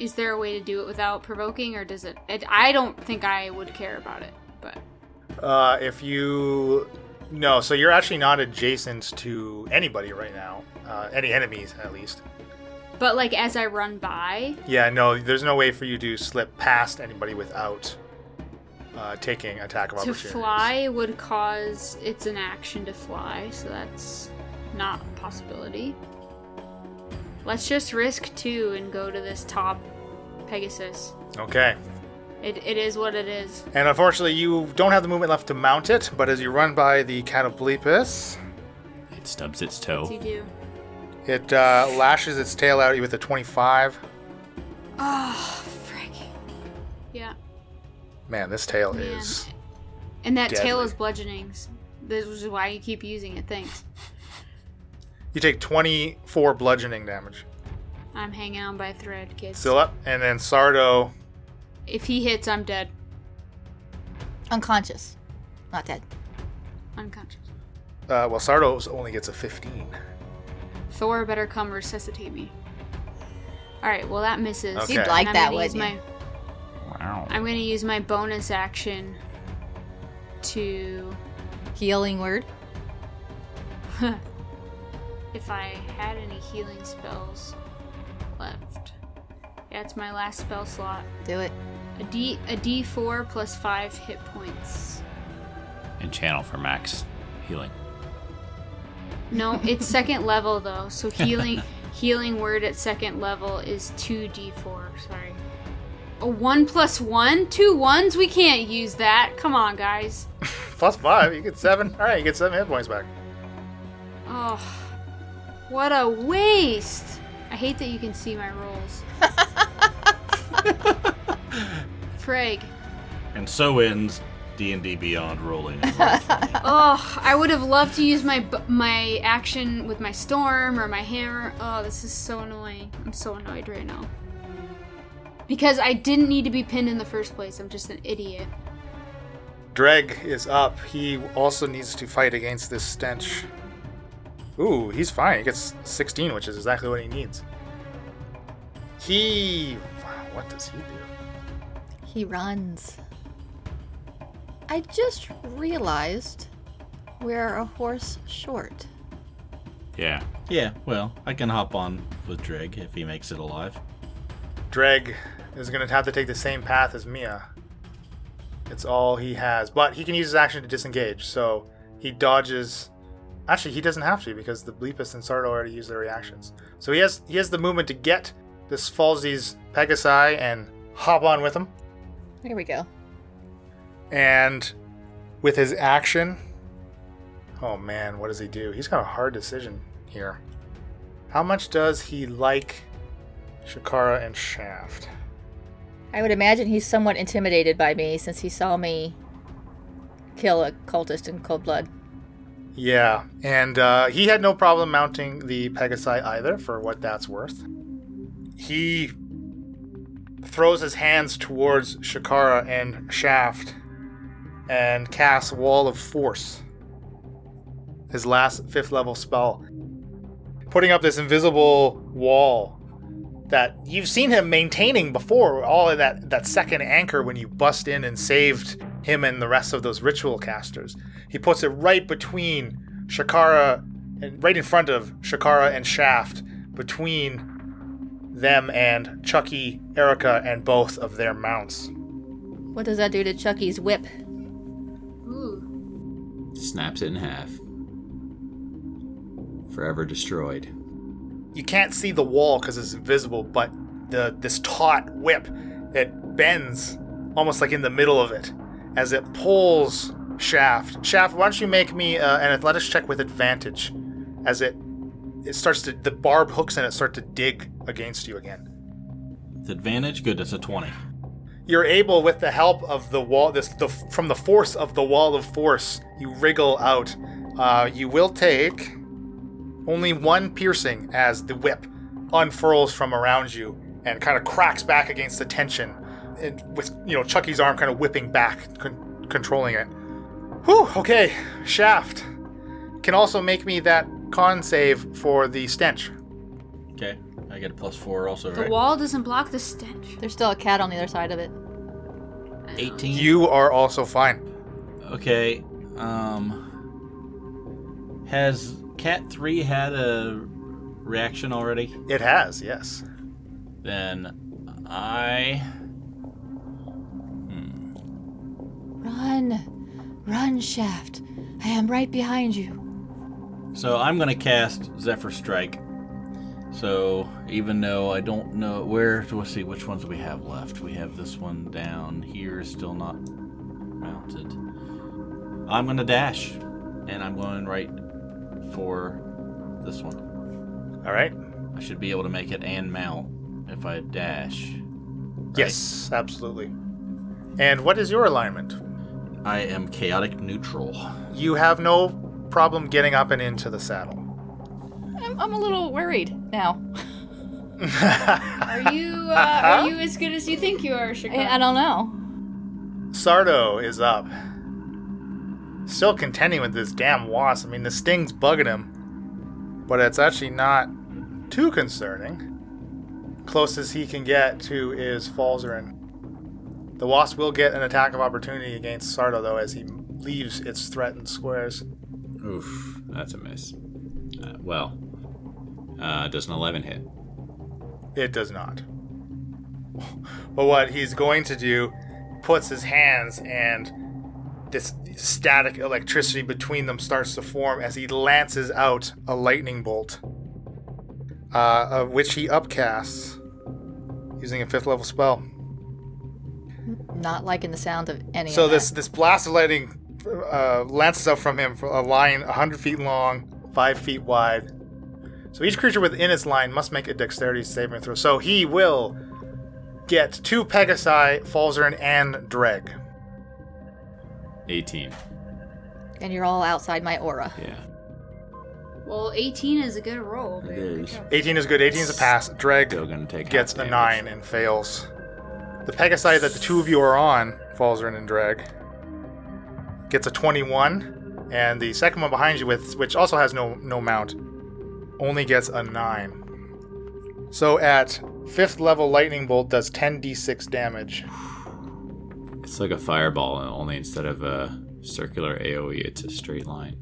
S2: Is there a way to do it without provoking, or does it? it I don't think I would care about it, but
S1: Uh, if you no, so you're actually not adjacent to anybody right now. Uh, any enemies, at least.
S2: but like as I run by,
S1: Yeah, no, there's no way for you to slip past anybody without uh, taking attack of
S2: to
S1: opportunity.
S2: fly would cause it's an action to fly, so that's not a possibility. Let's just risk two and go to this top Pegasus.
S1: Okay.
S2: It, it is what it is.
S1: And unfortunately, you don't have the movement left to mount it, but as you run by the Cataplepus,
S3: It stubs its
S2: What do
S3: toe.
S2: you do?
S1: it uh, lashes its tail out at you with a 25.
S2: Oh, frick. Yeah.
S1: Man, this tail
S2: Man.
S1: is.
S2: And that tail
S1: Deadly.
S2: is bludgeoning. This is why you keep using it. Thanks.
S1: You take 24 bludgeoning damage.
S2: I'm hanging on by a thread, kids.
S1: Still up. And then Sardo.
S2: if he hits, I'm dead.
S4: Unconscious. Not dead.
S2: Unconscious.
S1: Uh, well, Sardo only gets a 15.
S2: Thor better come resuscitate me. Alright, well, that misses.
S1: Okay. You'd
S2: And
S4: like
S2: I'm
S4: that,
S2: gonna use
S4: wouldn't
S2: my-
S3: Wow.
S2: I'm going to use my bonus action to.
S4: Healing word.
S2: if I had any healing spells left. That's my last spell slot.
S4: Do it.
S2: A D a D four plus five hit points.
S3: and channel for max healing.
S2: No, it's second level though, so healing healing word at second level is two D four, sorry. A one plus one? Two ones? We can't use that. Come on guys.
S1: Plus five, you get seven. All right, you get seven hit points back.
S2: Oh what a waste. I hate that you can see my rolls. Frag.
S5: And so ends D&D Beyond rolling.
S2: Oh, I would have loved to use my bu- my action with my storm or my hammer. Oh, this is so annoying. I'm so annoyed right now. Because I didn't need to be pinned in the first place. I'm just an idiot.
S1: Dreg is up. He also needs to fight against this stench. Ooh, he's fine. He gets 16, which is exactly what he needs. He. Wow, what does he do?
S4: He runs. I just realized we're a horse short.
S3: Yeah.
S5: yeah, well, I can hop on with Dreg if he makes it alive.
S1: Dreg is going to have to take the same path as Mia. It's all he has. But he can use his action to disengage, so he dodges. Actually, he doesn't have to because the Bleepus and Sardo already used their reactions. So he has he has the movement to get this Falsey's Pegasi and hop on with him.
S4: There we go.
S1: And with his action, oh man, what does he do? He's got a hard decision here. How much does he like Shakara and Shaft?
S4: I would imagine he's somewhat intimidated by me since he saw me kill a cultist in cold blood.
S1: Yeah, and uh, he had no problem mounting the Pegasi either, for what that's worth. He throws his hands towards Shakara and Shaft and casts Wall of Force, his last fifth level spell, putting up this invisible wall that you've seen him maintaining before, all in that, that second anchor when you bust in and saved him and the rest of those ritual casters. He puts it right between Shakara and right in front of Shakara and Shaft, between them and Chucky, Erica, and both of their mounts.
S4: What does that do to Chucky's whip?
S2: Ooh.
S6: Snaps it in half. Forever destroyed.
S1: You can't see the wall because it's invisible, but the this taut whip it bends almost like in the middle of it as it pulls Shaft. Shaft, why don't you make me uh, an athletics check with advantage as it it starts to the barb hooks and it start to dig against you again.
S5: With advantage, good, that's a 20.
S1: you're able with the help of the wall this the from the force of the wall of force you wriggle out uh, you will take only one piercing as the whip unfurls from around you and kind of cracks back against the tension and with you know chucky's arm kind of whipping back con- controlling it whew okay shaft can also make me that con save for the stench
S5: Okay, I get a plus 4 also,
S2: The
S5: right?
S2: wall doesn't block the stench.
S4: There's still a cat on the other side of it.
S5: 18.
S1: you are also fine
S5: Okay. Um has Cat 3 had a reaction already?
S1: it has yes
S5: Then I
S4: Run! Run, Shaft! I am right behind you.
S5: so I'm going to cast Zephyr Strike. So even though I don't know where let's see which ones we have left. We have this one down here is still not mounted. I'm going to dash and I'm going right for this one.
S1: all right
S5: I should be able to make it and mount if I dash.
S1: Yes, absolutely. And what is your alignment?
S5: I am chaotic neutral.
S1: You have no problem getting up and into the saddle.
S4: I'm, I'm a little worried now.
S2: Are you uh, are you as good as you think you are, Chicago?
S4: I, I don't know.
S1: Sardo is up. Still contending with this damn wasp. I mean, the sting's bugging him, but it's actually not too concerning. Closest he can get to is Falzarin. The wasp will get an attack of opportunity against Sardo, though, as he
S7: leaves its threatened squares.
S3: Oof, that's a miss. Uh, well, uh, does an 11 hit?
S1: It does not. But what he's going to do, puts his hands and this static electricity between them starts to form as he lances out a lightning bolt, uh, of which he upcasts using a fifth level spell.
S4: Not liking the sound of any.
S1: So
S4: of that.
S1: this this blast of lightning uh, lances out from him for a line 100 feet long, five feet wide. So each creature within its line must make a dexterity saving throw. So he will get two Pegasi, Falzern, and Dreg.
S3: 18.
S4: And you're all outside my aura.
S3: Yeah.
S2: Well, 18 is a good roll. Babe.
S5: It is.
S1: 18 is good. 18 is a pass.
S3: Still
S1: Dreg
S3: gonna take half
S1: gets a
S3: damage.
S1: nine and fails. The Pegasi that the two of you are on, Falzern and Dreg, gets a 21, and the second one behind you with, which also has no no mount, only gets a nine. So at fifth level, lightning bolt does 10d6 damage.
S3: It's like a fireball, only instead of a circular AoE, it's a straight line.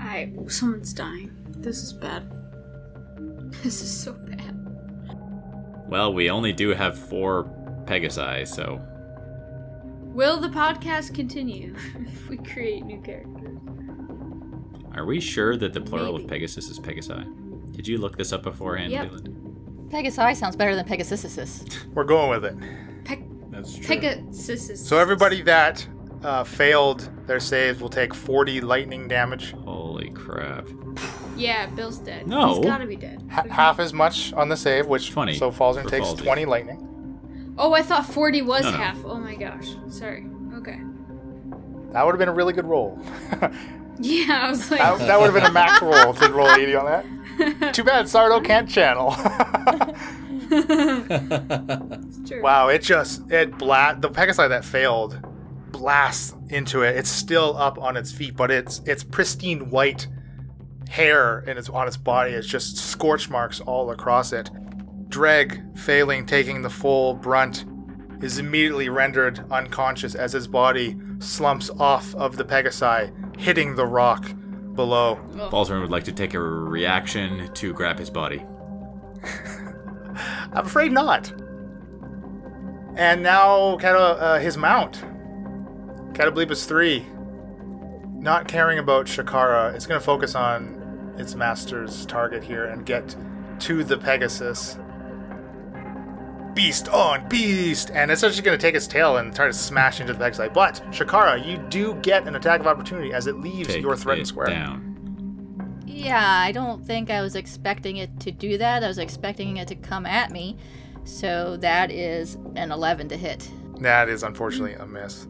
S2: I someone's dying. This is bad. This is so bad.
S3: Well, we only do have four Pegasi, so
S2: Will the podcast continue if we create new characters?
S3: are we sure that the plural of Pegasus is Pegasi? Did you look this up beforehand,
S2: Yep.
S3: Leland?
S4: Pegasi sounds better than Pegasus.
S1: We're going with it.
S2: Pe-
S5: That's true.
S2: Pegasus.
S1: So everybody that uh, failed their saves will take 40 lightning damage,
S3: Holy crap.
S2: Yeah, Bill's dead.
S3: No.
S2: He's gotta be dead.
S1: H- half as much on the save, which
S3: 20
S1: so Falzern
S3: for
S1: takes
S3: Falzey.
S1: 20 lightning.
S2: Oh, I thought 40 was
S3: No, no.
S2: half. Oh my gosh. Sorry. Okay.
S1: That would have been a really good roll.
S2: Yeah, I was like,
S1: That, that would have been a max roll to roll 80 on that. Too bad Sardo can't channel.
S2: it's true.
S1: wow, it just it blast the Pegasi that failed blasts into it. It's still up on its feet, but it's it's pristine white hair and it's on its body is just scorch marks all across it. Dreg, failing taking the full brunt, is immediately rendered unconscious as his body slumps off of the Pegasi, hitting the rock below.
S3: Falzern would like to take a reaction to grab his body.
S1: I'm afraid not. And now, Cata, uh, his mount, Catableepus 3, not caring about Shakara, it's going to focus on its master's target here and get to the Pegasus. Beast on beast! And it's actually going to take its tail and try to smash into the Pegasus. But, Shakara, you do get an attack of opportunity as it leaves
S3: Take
S1: your threatened
S3: it
S1: square.
S3: down.
S4: yeah, I don't think I was expecting it to do that. I was expecting it to come at me. So that is an 11 to hit.
S1: That is unfortunately a miss.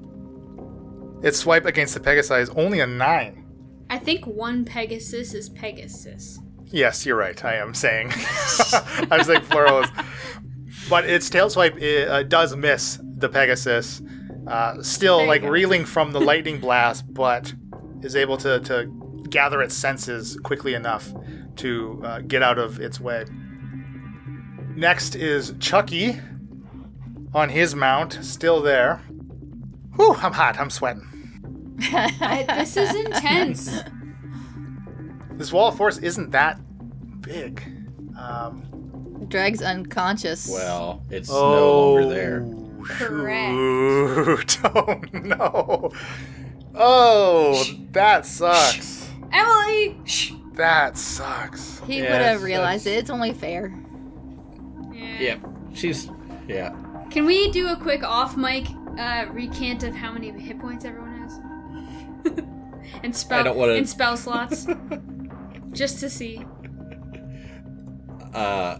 S1: Its swipe against the Pegasi is only a 9.
S2: I think one Pegasus is Pegasus.
S1: Yes, you're right. I am saying. I was like plural. is- But its tail swipe i- uh, does miss the Pegasus, uh, still
S2: There you
S1: like
S2: go.
S1: reeling from the lightning blast, but is able to, to gather its senses quickly enough to uh, get out of its way. Next is Chucky on his mount, still there. Whew, I'm hot. I'm sweating.
S2: I- Uh, this is intense.
S1: This wall of force isn't that big. Um,
S4: Dreg's unconscious.
S5: Well, it's no
S1: Oh.
S5: longer there.
S2: Correct.
S1: Shoot. Oh no. Oh, that sucks.
S2: Emily! Shh.
S1: That sucks.
S4: he
S5: Yeah,
S4: would
S5: that's-
S4: have realized it. It's only fair.
S2: Yeah.
S5: Yep. She's. Yeah.
S2: Can we do a quick off mic uh, recant of how many hit points everyone has? and spell
S5: I don't wanna-
S2: and spell slots. Just to see.
S5: Uh.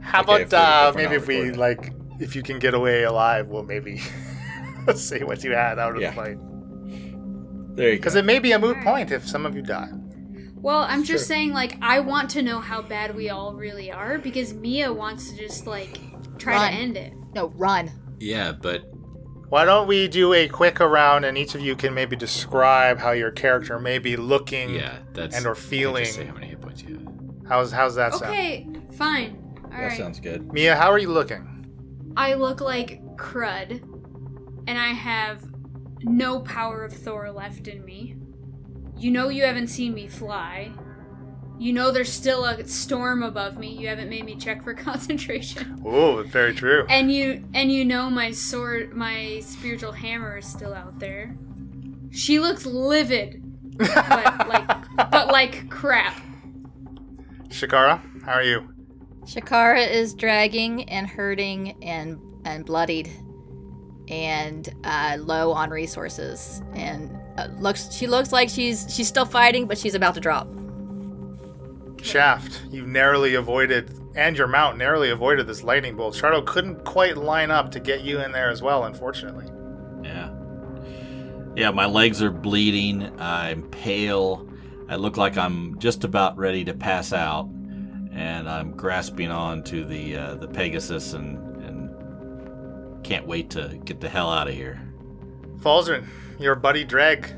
S1: How about uh, maybe if we like, if you can get away alive, we'll maybe see what you had out of
S5: Yeah.
S1: the fight.
S5: There you go.
S1: Because it may be a moot
S2: Alright.
S1: point if some of you die.
S2: Well, I'm just
S5: Sure.
S2: saying like I want to know how bad we all really are because Mia wants to just like try
S4: Run.
S2: to end it.
S4: No, run.
S3: Yeah, but
S1: Why don't we do a quick round, and each of you can maybe describe how your character may be looking.
S3: yeah, that's
S1: And or
S3: I can't just say
S1: feeling.
S3: how many hit points you have.
S1: How's how's that sound?
S2: Okay, fine. All
S5: that
S2: right.
S5: sounds good.
S1: Mia, how are you looking?
S2: I look like crud, and I have no power of Thor left in me. You know you haven't seen me fly. You know there's still a storm above me. You haven't made me check for concentration.
S1: Oh, very true.
S2: And you and you know my sword my spiritual hammer is still out there. She looks livid. But like but like crap.
S1: Shakara, how are you?
S4: Shakara is dragging and hurting and and bloodied, and uh, low on resources. And uh, looks she looks like she's she's still fighting, but she's about to drop.
S1: Shaft, you narrowly avoided, and your mount narrowly avoided this lightning bolt. Shardo couldn't quite line up to get you in there as well, unfortunately.
S5: Yeah. Yeah, my legs are bleeding. I'm pale. I look like I'm just about ready to pass out, and I'm grasping on to the uh, the Pegasus and and can't wait to get the hell out of here.
S1: Falzern, your buddy Dreg,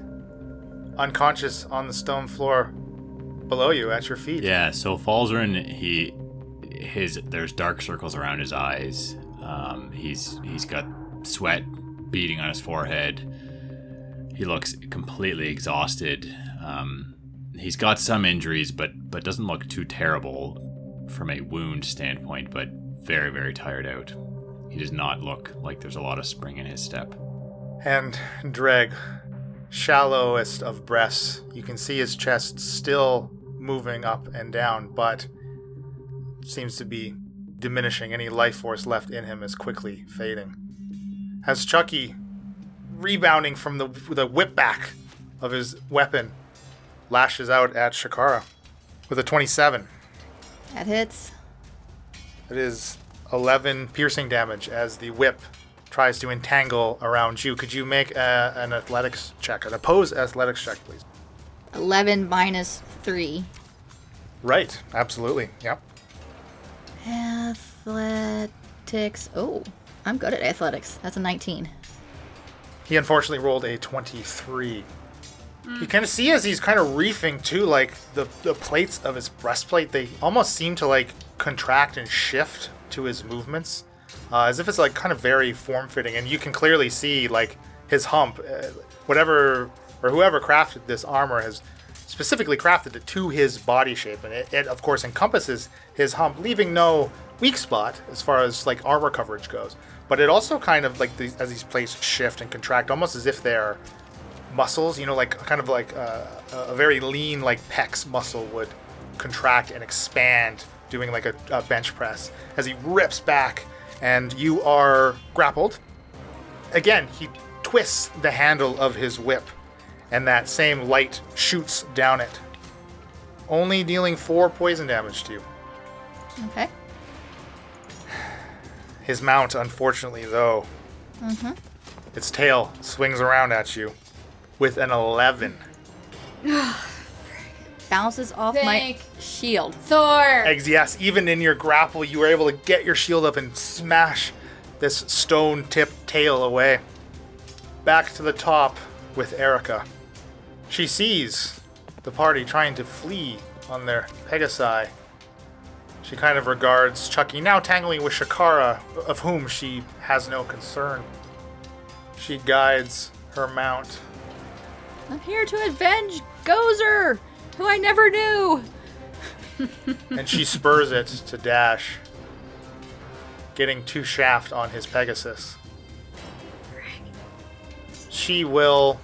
S1: unconscious on the stone floor below you at your feet.
S3: Yeah, so Falzarin, he his there's dark circles around his eyes. Um, he's he's got sweat beading on his forehead. He looks completely exhausted. Um, he's got some injuries, but but doesn't look too terrible from a wound standpoint. But very very tired out. He does not look like there's a lot of spring in his step.
S1: And Dreg, shallowest of breasts, you can see his chest still moving up and down, but seems to be diminishing. Any life force left in him is quickly fading. As Chucky, rebounding from the, the whipback of his weapon, lashes out at Shakara with a 27.
S4: That hits.
S1: It is 11 piercing damage as the whip tries to entangle around you. Could you make a, an athletics check, an opposed athletics check, please?
S4: Eleven minus three.
S1: Right, absolutely. Yep.
S4: Athletics. Oh, I'm good at athletics. That's a 19.
S1: He unfortunately rolled a 23. You kind of see as he's kind of reefing too, like the, the plates of his breastplate, they almost seem to like contract and shift to his movements, uh, as if it's like kind of very form fitting. And you can clearly see like his hump, uh, whatever or whoever crafted this armor has specifically crafted it to his body shape, and it, it of course encompasses his hump, leaving no weak spot as far as like armor coverage goes. But it also kind of like these, as these plates shift and contract, almost as if they're muscles, you know, like kind of like uh, a very lean like pecs muscle would contract and expand doing like a, a bench press as he rips back and you are grappled. Again, he twists the handle of his whip and that same light shoots down it, only dealing 4 poison damage to you.
S4: Okay.
S1: His mount, unfortunately, though, its tail swings around at you with an 11.
S4: Bounces off my
S2: Thank-
S4: shield.
S2: Thor.
S1: Eggs, yes, even in your grapple, you were able to get your shield up and smash this stone tipped tail away. Back to the top with Erica. She sees the party trying to flee on their Pegasi. She kind of regards Chucky, now tangling with Shakara, of whom she has no concern. She guides her mount
S4: I'm here to avenge Gozer, who I never knew.
S1: and she spurs it to dash, getting two shaft on his Pegasus. She will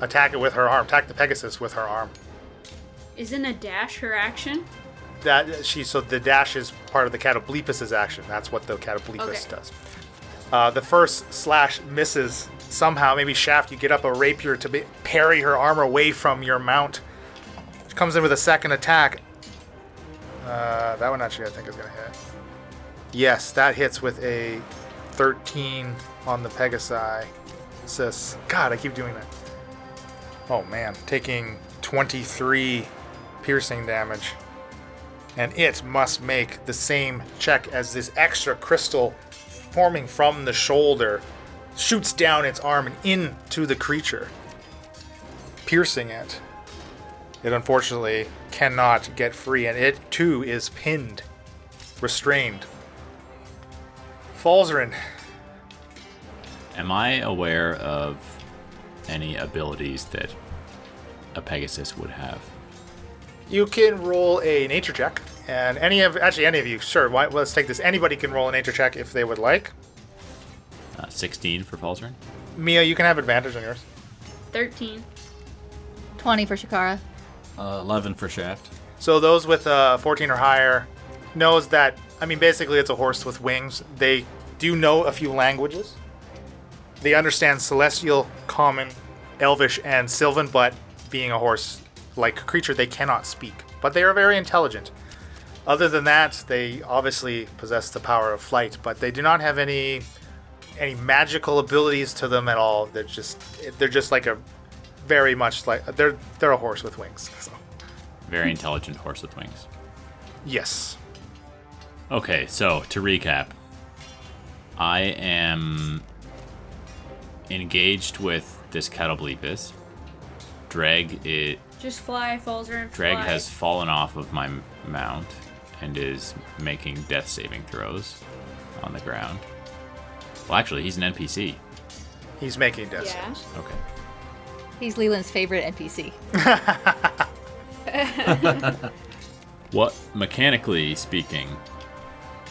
S1: attack it with her arm, attack the Pegasus with her arm.
S2: Isn't a dash her action?
S1: That she so the dash is part of the Catablepus's action. That's what the Catablepus
S2: Okay.
S1: does. Uh, the first slash misses somehow. Maybe shaft you get up a rapier to be, parry her arm away from your mount. She comes in with a second attack. Uh, that one actually I think is gonna hit. Yes, that hits with a 13 on the Pegasi. Sis, God, I keep doing that. Oh man, taking 23 piercing damage and it must make the same check as this extra crystal forming from the shoulder shoots down its arm and into the creature, piercing it. It unfortunately cannot get free, and it too is pinned, restrained. Falzarin,
S3: Am I aware of any abilities that a Pegasus would have.
S1: You can roll a nature check, and any of actually any of you, sure. Why, let's take this. Anybody can roll a nature check if they would like.
S3: Uh, 16 for Falzern.
S1: Mia, you can have advantage on yours.
S2: 13.
S4: 20 for Shakara.
S5: Uh, Eleven for shaft.
S1: So those with uh, 14 or higher knows that. I mean, basically, it's a horse with wings. They do know a few languages. They understand Celestial, Common, Elvish, and Sylvan, but being a horse-like creature, they cannot speak. But they are very intelligent. Other than that, they obviously possess the power of flight, but they do not have any any magical abilities to them at all. They're just they're just like a very much like they're they're a horse with wings. So.
S3: Very intelligent horse with wings.
S1: Yes.
S3: Okay, so to recap, I am engaged with this Catablepis. Drag it.
S2: Just fly, Falzer, and
S3: Drag
S2: fly.
S3: has fallen off of my m- mount and is making death saving throws on the ground. Well, actually, he's an NPC.
S1: He's making death
S2: Yeah.
S1: saves.
S3: Okay.
S4: He's Leland's favorite NPC.
S3: What, mechanically speaking,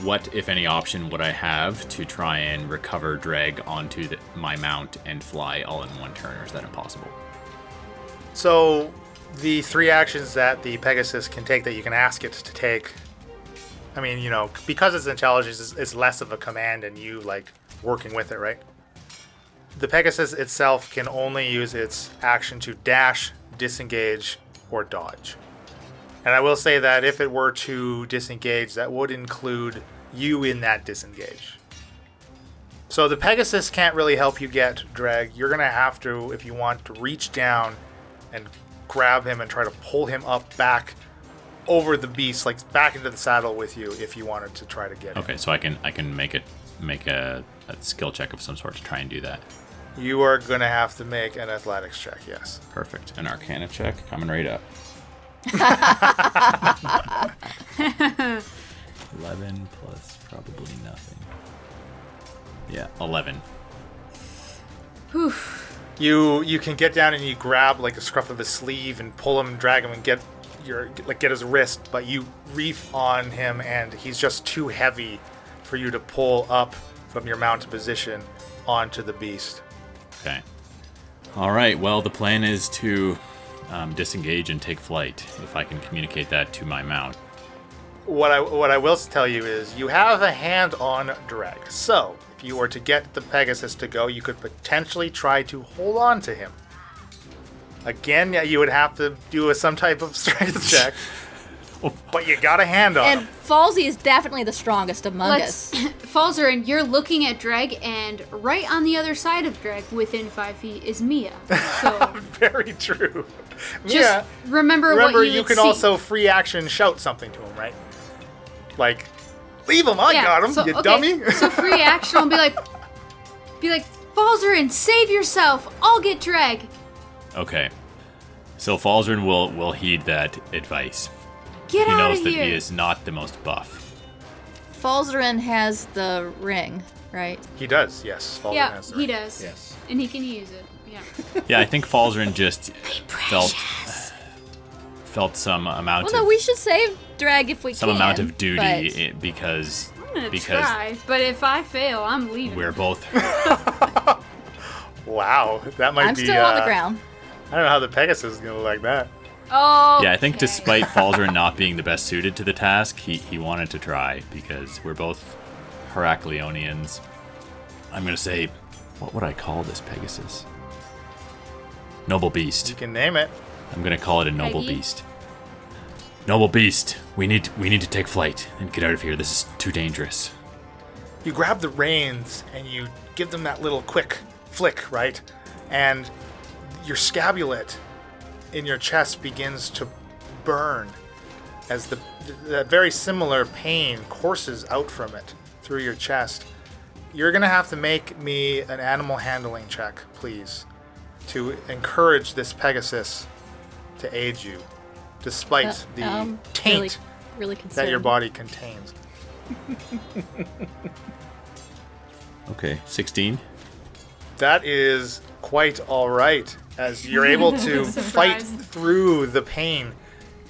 S3: what, if any, option would I have to try and recover drag onto the, my mount and fly all in one turn, or is that impossible?
S1: So, the three actions that the Pegasus can take that you can ask it to take. I mean, you know, because it's intelligence, it's, it's less of a command and you like working with it, right? The Pegasus itself can only use its action to dash, disengage, or dodge. And I will say that if it were to disengage, that would include you in that disengage. So the Pegasus can't really help you get drag. You're gonna have to, if you want, to reach down and grab him and try to pull him up back over the beast, like back into the saddle with you, if you wanted to try to get him.
S3: Okay, so I can I can make it make a, a skill check of some sort to try and do that.
S1: You are gonna have to make an athletics check. Yes.
S3: Perfect. An Arcana check coming right up. eleven plus probably nothing. Yeah, eleven.
S1: You you can get down and you grab like a scruff of his sleeve and pull him, drag him, and get your like get his wrist, but you reef on him and he's just too heavy for you to pull up from your mounted position onto the beast.
S3: Okay. All right. Well, the plan is to um, disengage and take flight. If I can communicate that to my mount.
S1: what I what I will tell you is you have a hand on drag. So if you were to get the Pegasus to go, you could potentially try to hold on to him. Again, yeah, you would have to do a, some type of strength check. But you got a hand on
S4: And
S1: him.
S4: Falsey is definitely the strongest among
S2: Let's,
S4: us.
S2: Falzer, and you're looking at Dreg, and right on the other side of Dreg, within five feet, is Mia. So
S1: Very true.
S2: just
S1: yeah.
S2: remember,
S1: Remember,
S2: what you,
S1: you
S2: had
S1: can
S2: seen.
S1: also free action shout something to him, right? Like, leave him. I
S2: Yeah,
S1: got him.
S2: so-
S1: you
S2: okay,
S1: dummy.
S2: so free action will be like, be like, Falzer, and save yourself. I'll get Dreg.
S3: Okay. So Falzern will will heed that advice.
S2: Get
S3: he
S2: out
S3: knows
S2: of
S3: that
S2: here.
S3: he is not the most buff.
S4: Falzarin has the ring, right?
S1: he does. Yes. Fallen
S2: yeah,
S1: has the
S2: he
S1: ring.
S2: does.
S5: Yes.
S2: And he can use it. Yeah.
S3: Yeah, I think Falzern just felt uh, felt some amount
S4: Well, no,
S3: of
S4: we should save Drag if we
S3: some
S4: can.
S3: amount of duty
S4: but-
S3: i- because
S2: I'm gonna
S3: because
S2: try, but if I fail, I'm leaving.
S3: we're both
S1: Wow. That might
S4: I'm
S1: be.
S4: still on the
S1: uh,
S4: ground.
S1: I don't know how the Pegasus is going to look like that.
S2: Oh.
S3: yeah. I think despite Falzern not being the best suited to the task, he he wanted to try because we're both Heracleonians. I'm gonna say, what would I call this Pegasus? Noble beast.
S1: You can name it.
S3: I'm gonna call it a noble
S2: Peggy?
S3: beast. Noble beast, we need we need to take flight and get out of here. This is too dangerous.
S1: You grab the reins and you give them that little quick flick, right? And your scapulet in your chest begins to burn as the that very similar pain courses out from it through your chest. You're gonna have to make me an animal handling check, please, to encourage this Pegasus to aid you, despite the
S4: Um,
S1: taint
S4: Really, really
S1: that your
S4: concerned.
S1: body contains.
S3: Okay, 16.
S1: That is quite all right, as you're able to fight
S2: Surprised.
S1: through the pain,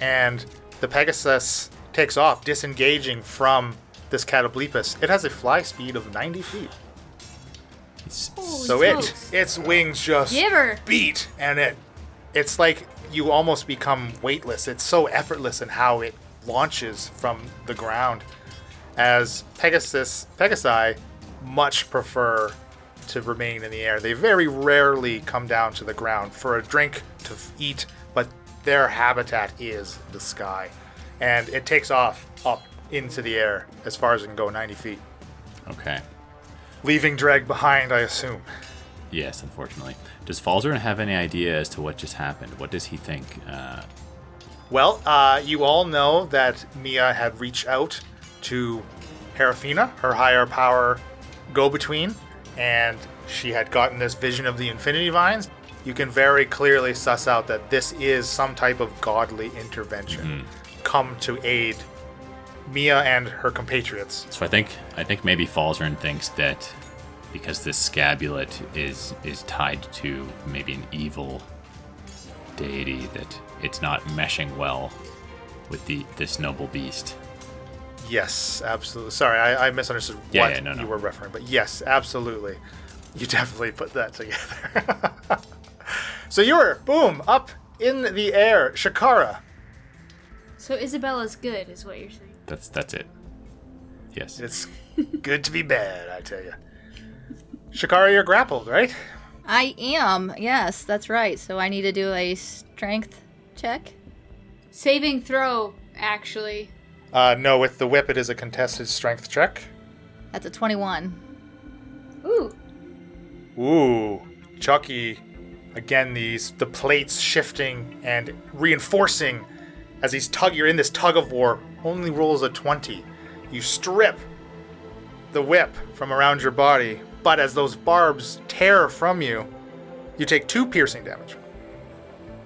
S1: and the Pegasus takes off, disengaging from this Catablepus. It has a fly speed of 90 feet,
S3: It's-
S1: so it its wings just
S2: Giver.
S1: beat, and it it's like you almost become weightless. It's so effortless in how it launches from the ground. As Pegasus Pegasi much prefer to remain in the air. They very rarely come down to the ground for a drink to f- eat, but their habitat is the sky. And it takes off up into the air as far as it can go 90 feet,
S3: okay.
S1: leaving Dreg behind, I assume.
S3: Yes, unfortunately. Does Falzern have any idea as to what just happened? What does he think? Uh,
S1: Well, uh, you all know that Mia had reached out to Herafina, her higher power go between, and she had gotten this vision of the Infinity Vines. You can very clearly suss out that this is some type of godly intervention come to aid Mia and her compatriots.
S3: so I think I think maybe Falzern thinks that because this scabulet is is tied to maybe an evil deity that it's not meshing well with the this noble beast.
S1: Yes, absolutely. Sorry, I, I misunderstood what
S3: Yeah, yeah, no, no.
S1: you were referring, but yes, absolutely. You definitely put that together. so you were boom up in the air, Shakara.
S2: So Isabella's good, is what you're saying.
S3: That's that's it. Yes.
S1: It's good to be bad, I tell you. Shakara, you're grappled, right?
S4: I am. Yes, that's right. So I need to do a strength check.
S2: Saving throw, actually.
S1: Uh, no, with the whip, it is a contested strength check.
S4: That's a 21.
S2: Ooh.
S1: Ooh, Chucky. Again, these the plates shifting and reinforcing as he's tug. You're in this tug of war. Only rolls a twenty. You strip the whip from around your body, but as those barbs tear from you, you take two piercing damage.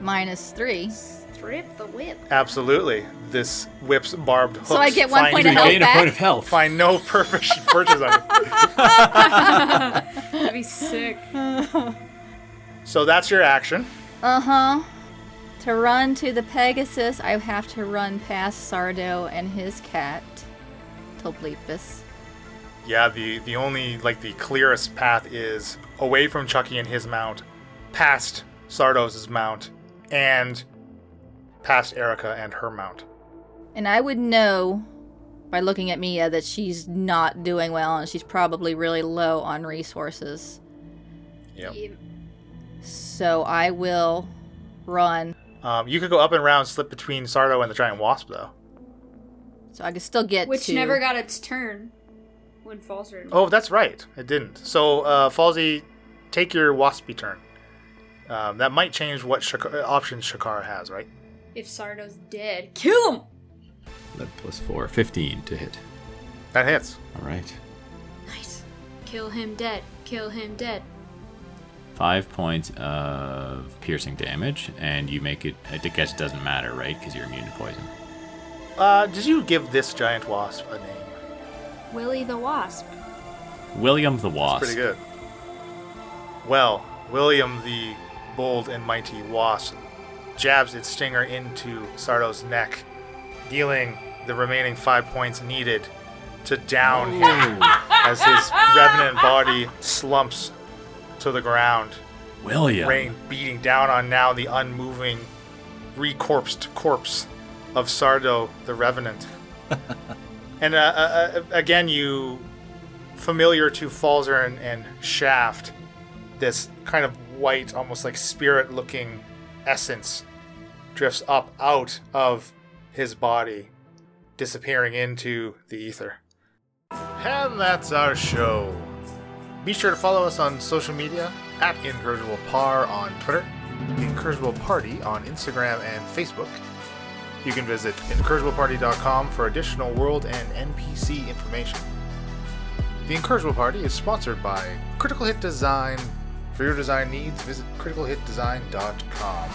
S4: Minus 3.
S2: Strip the whip.
S1: Absolutely, this whip's barbed hooks.
S4: So I get one
S1: find
S4: point of
S1: no-
S4: health
S5: Gain a point
S4: back.
S5: of health.
S1: Find no purpose purchase on it.
S2: That'd be sick.
S1: So that's your action.
S4: Uh huh. To run to the Pegasus, I have to run past Sardo and his cat, Toblepus.
S1: Yeah, the the only like the clearest path is away from Chucky and his mount, past Sardos's mount, and past Erica and her mount.
S4: And I would know by looking at Mia that she's not doing well and she's probably really low on resources.
S1: Yep.
S4: So I will run.
S1: Um, you could go up and around, slip between Sardo and the giant wasp, though.
S4: So I can still get
S2: Which
S4: to-
S2: never got its turn when Falzern.
S1: Oh, that's right, it didn't. So uh, Falsey, take your waspy turn. Um, that might change what Shaka- options Shakara has, right?
S2: If Sardo's dead, kill him!
S3: That plus four. Fifteen to hit.
S1: That hits.
S3: All right.
S2: Nice. Kill him dead. Kill him dead.
S3: Five points of piercing damage, and you make it. I guess it doesn't matter, right? Because you're immune to poison.
S1: Uh, did you give this giant wasp a name?
S2: Willy the Wasp.
S3: William the Wasp.
S1: Pretty good. Well, William the bold and mighty wasp jabs its stinger into Sardo's neck, dealing the remaining five points needed to down him as his revenant body slumps to the ground.
S3: William.
S1: Rain beating down on now the unmoving, recorpsed corpse of Sardo the Revenant. and uh, uh, uh, again, you, familiar to Falzer and, and Shaft, this kind of white, almost like spirit looking essence drifts up out of his body, disappearing into the ether. And that's our show. Be sure to follow us on social media at Incorrigible Par on Twitter, Incorrigible Party on Instagram and Facebook. You can visit incorrigibleparty.com for additional world and NPC information. The Incorrigible Party is sponsored by Critical Hit Design. For your design needs, visit criticalhitdesign.com.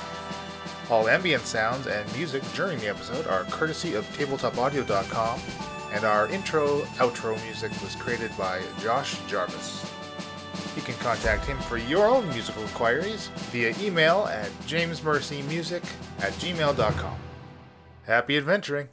S1: All ambient sounds and music during the episode are courtesy of tabletopaudio.com, and our intro outro music was created by Josh Jarvis. You can contact him for your own musical inquiries via email at jamesmercymusic at gmail.com. Happy adventuring!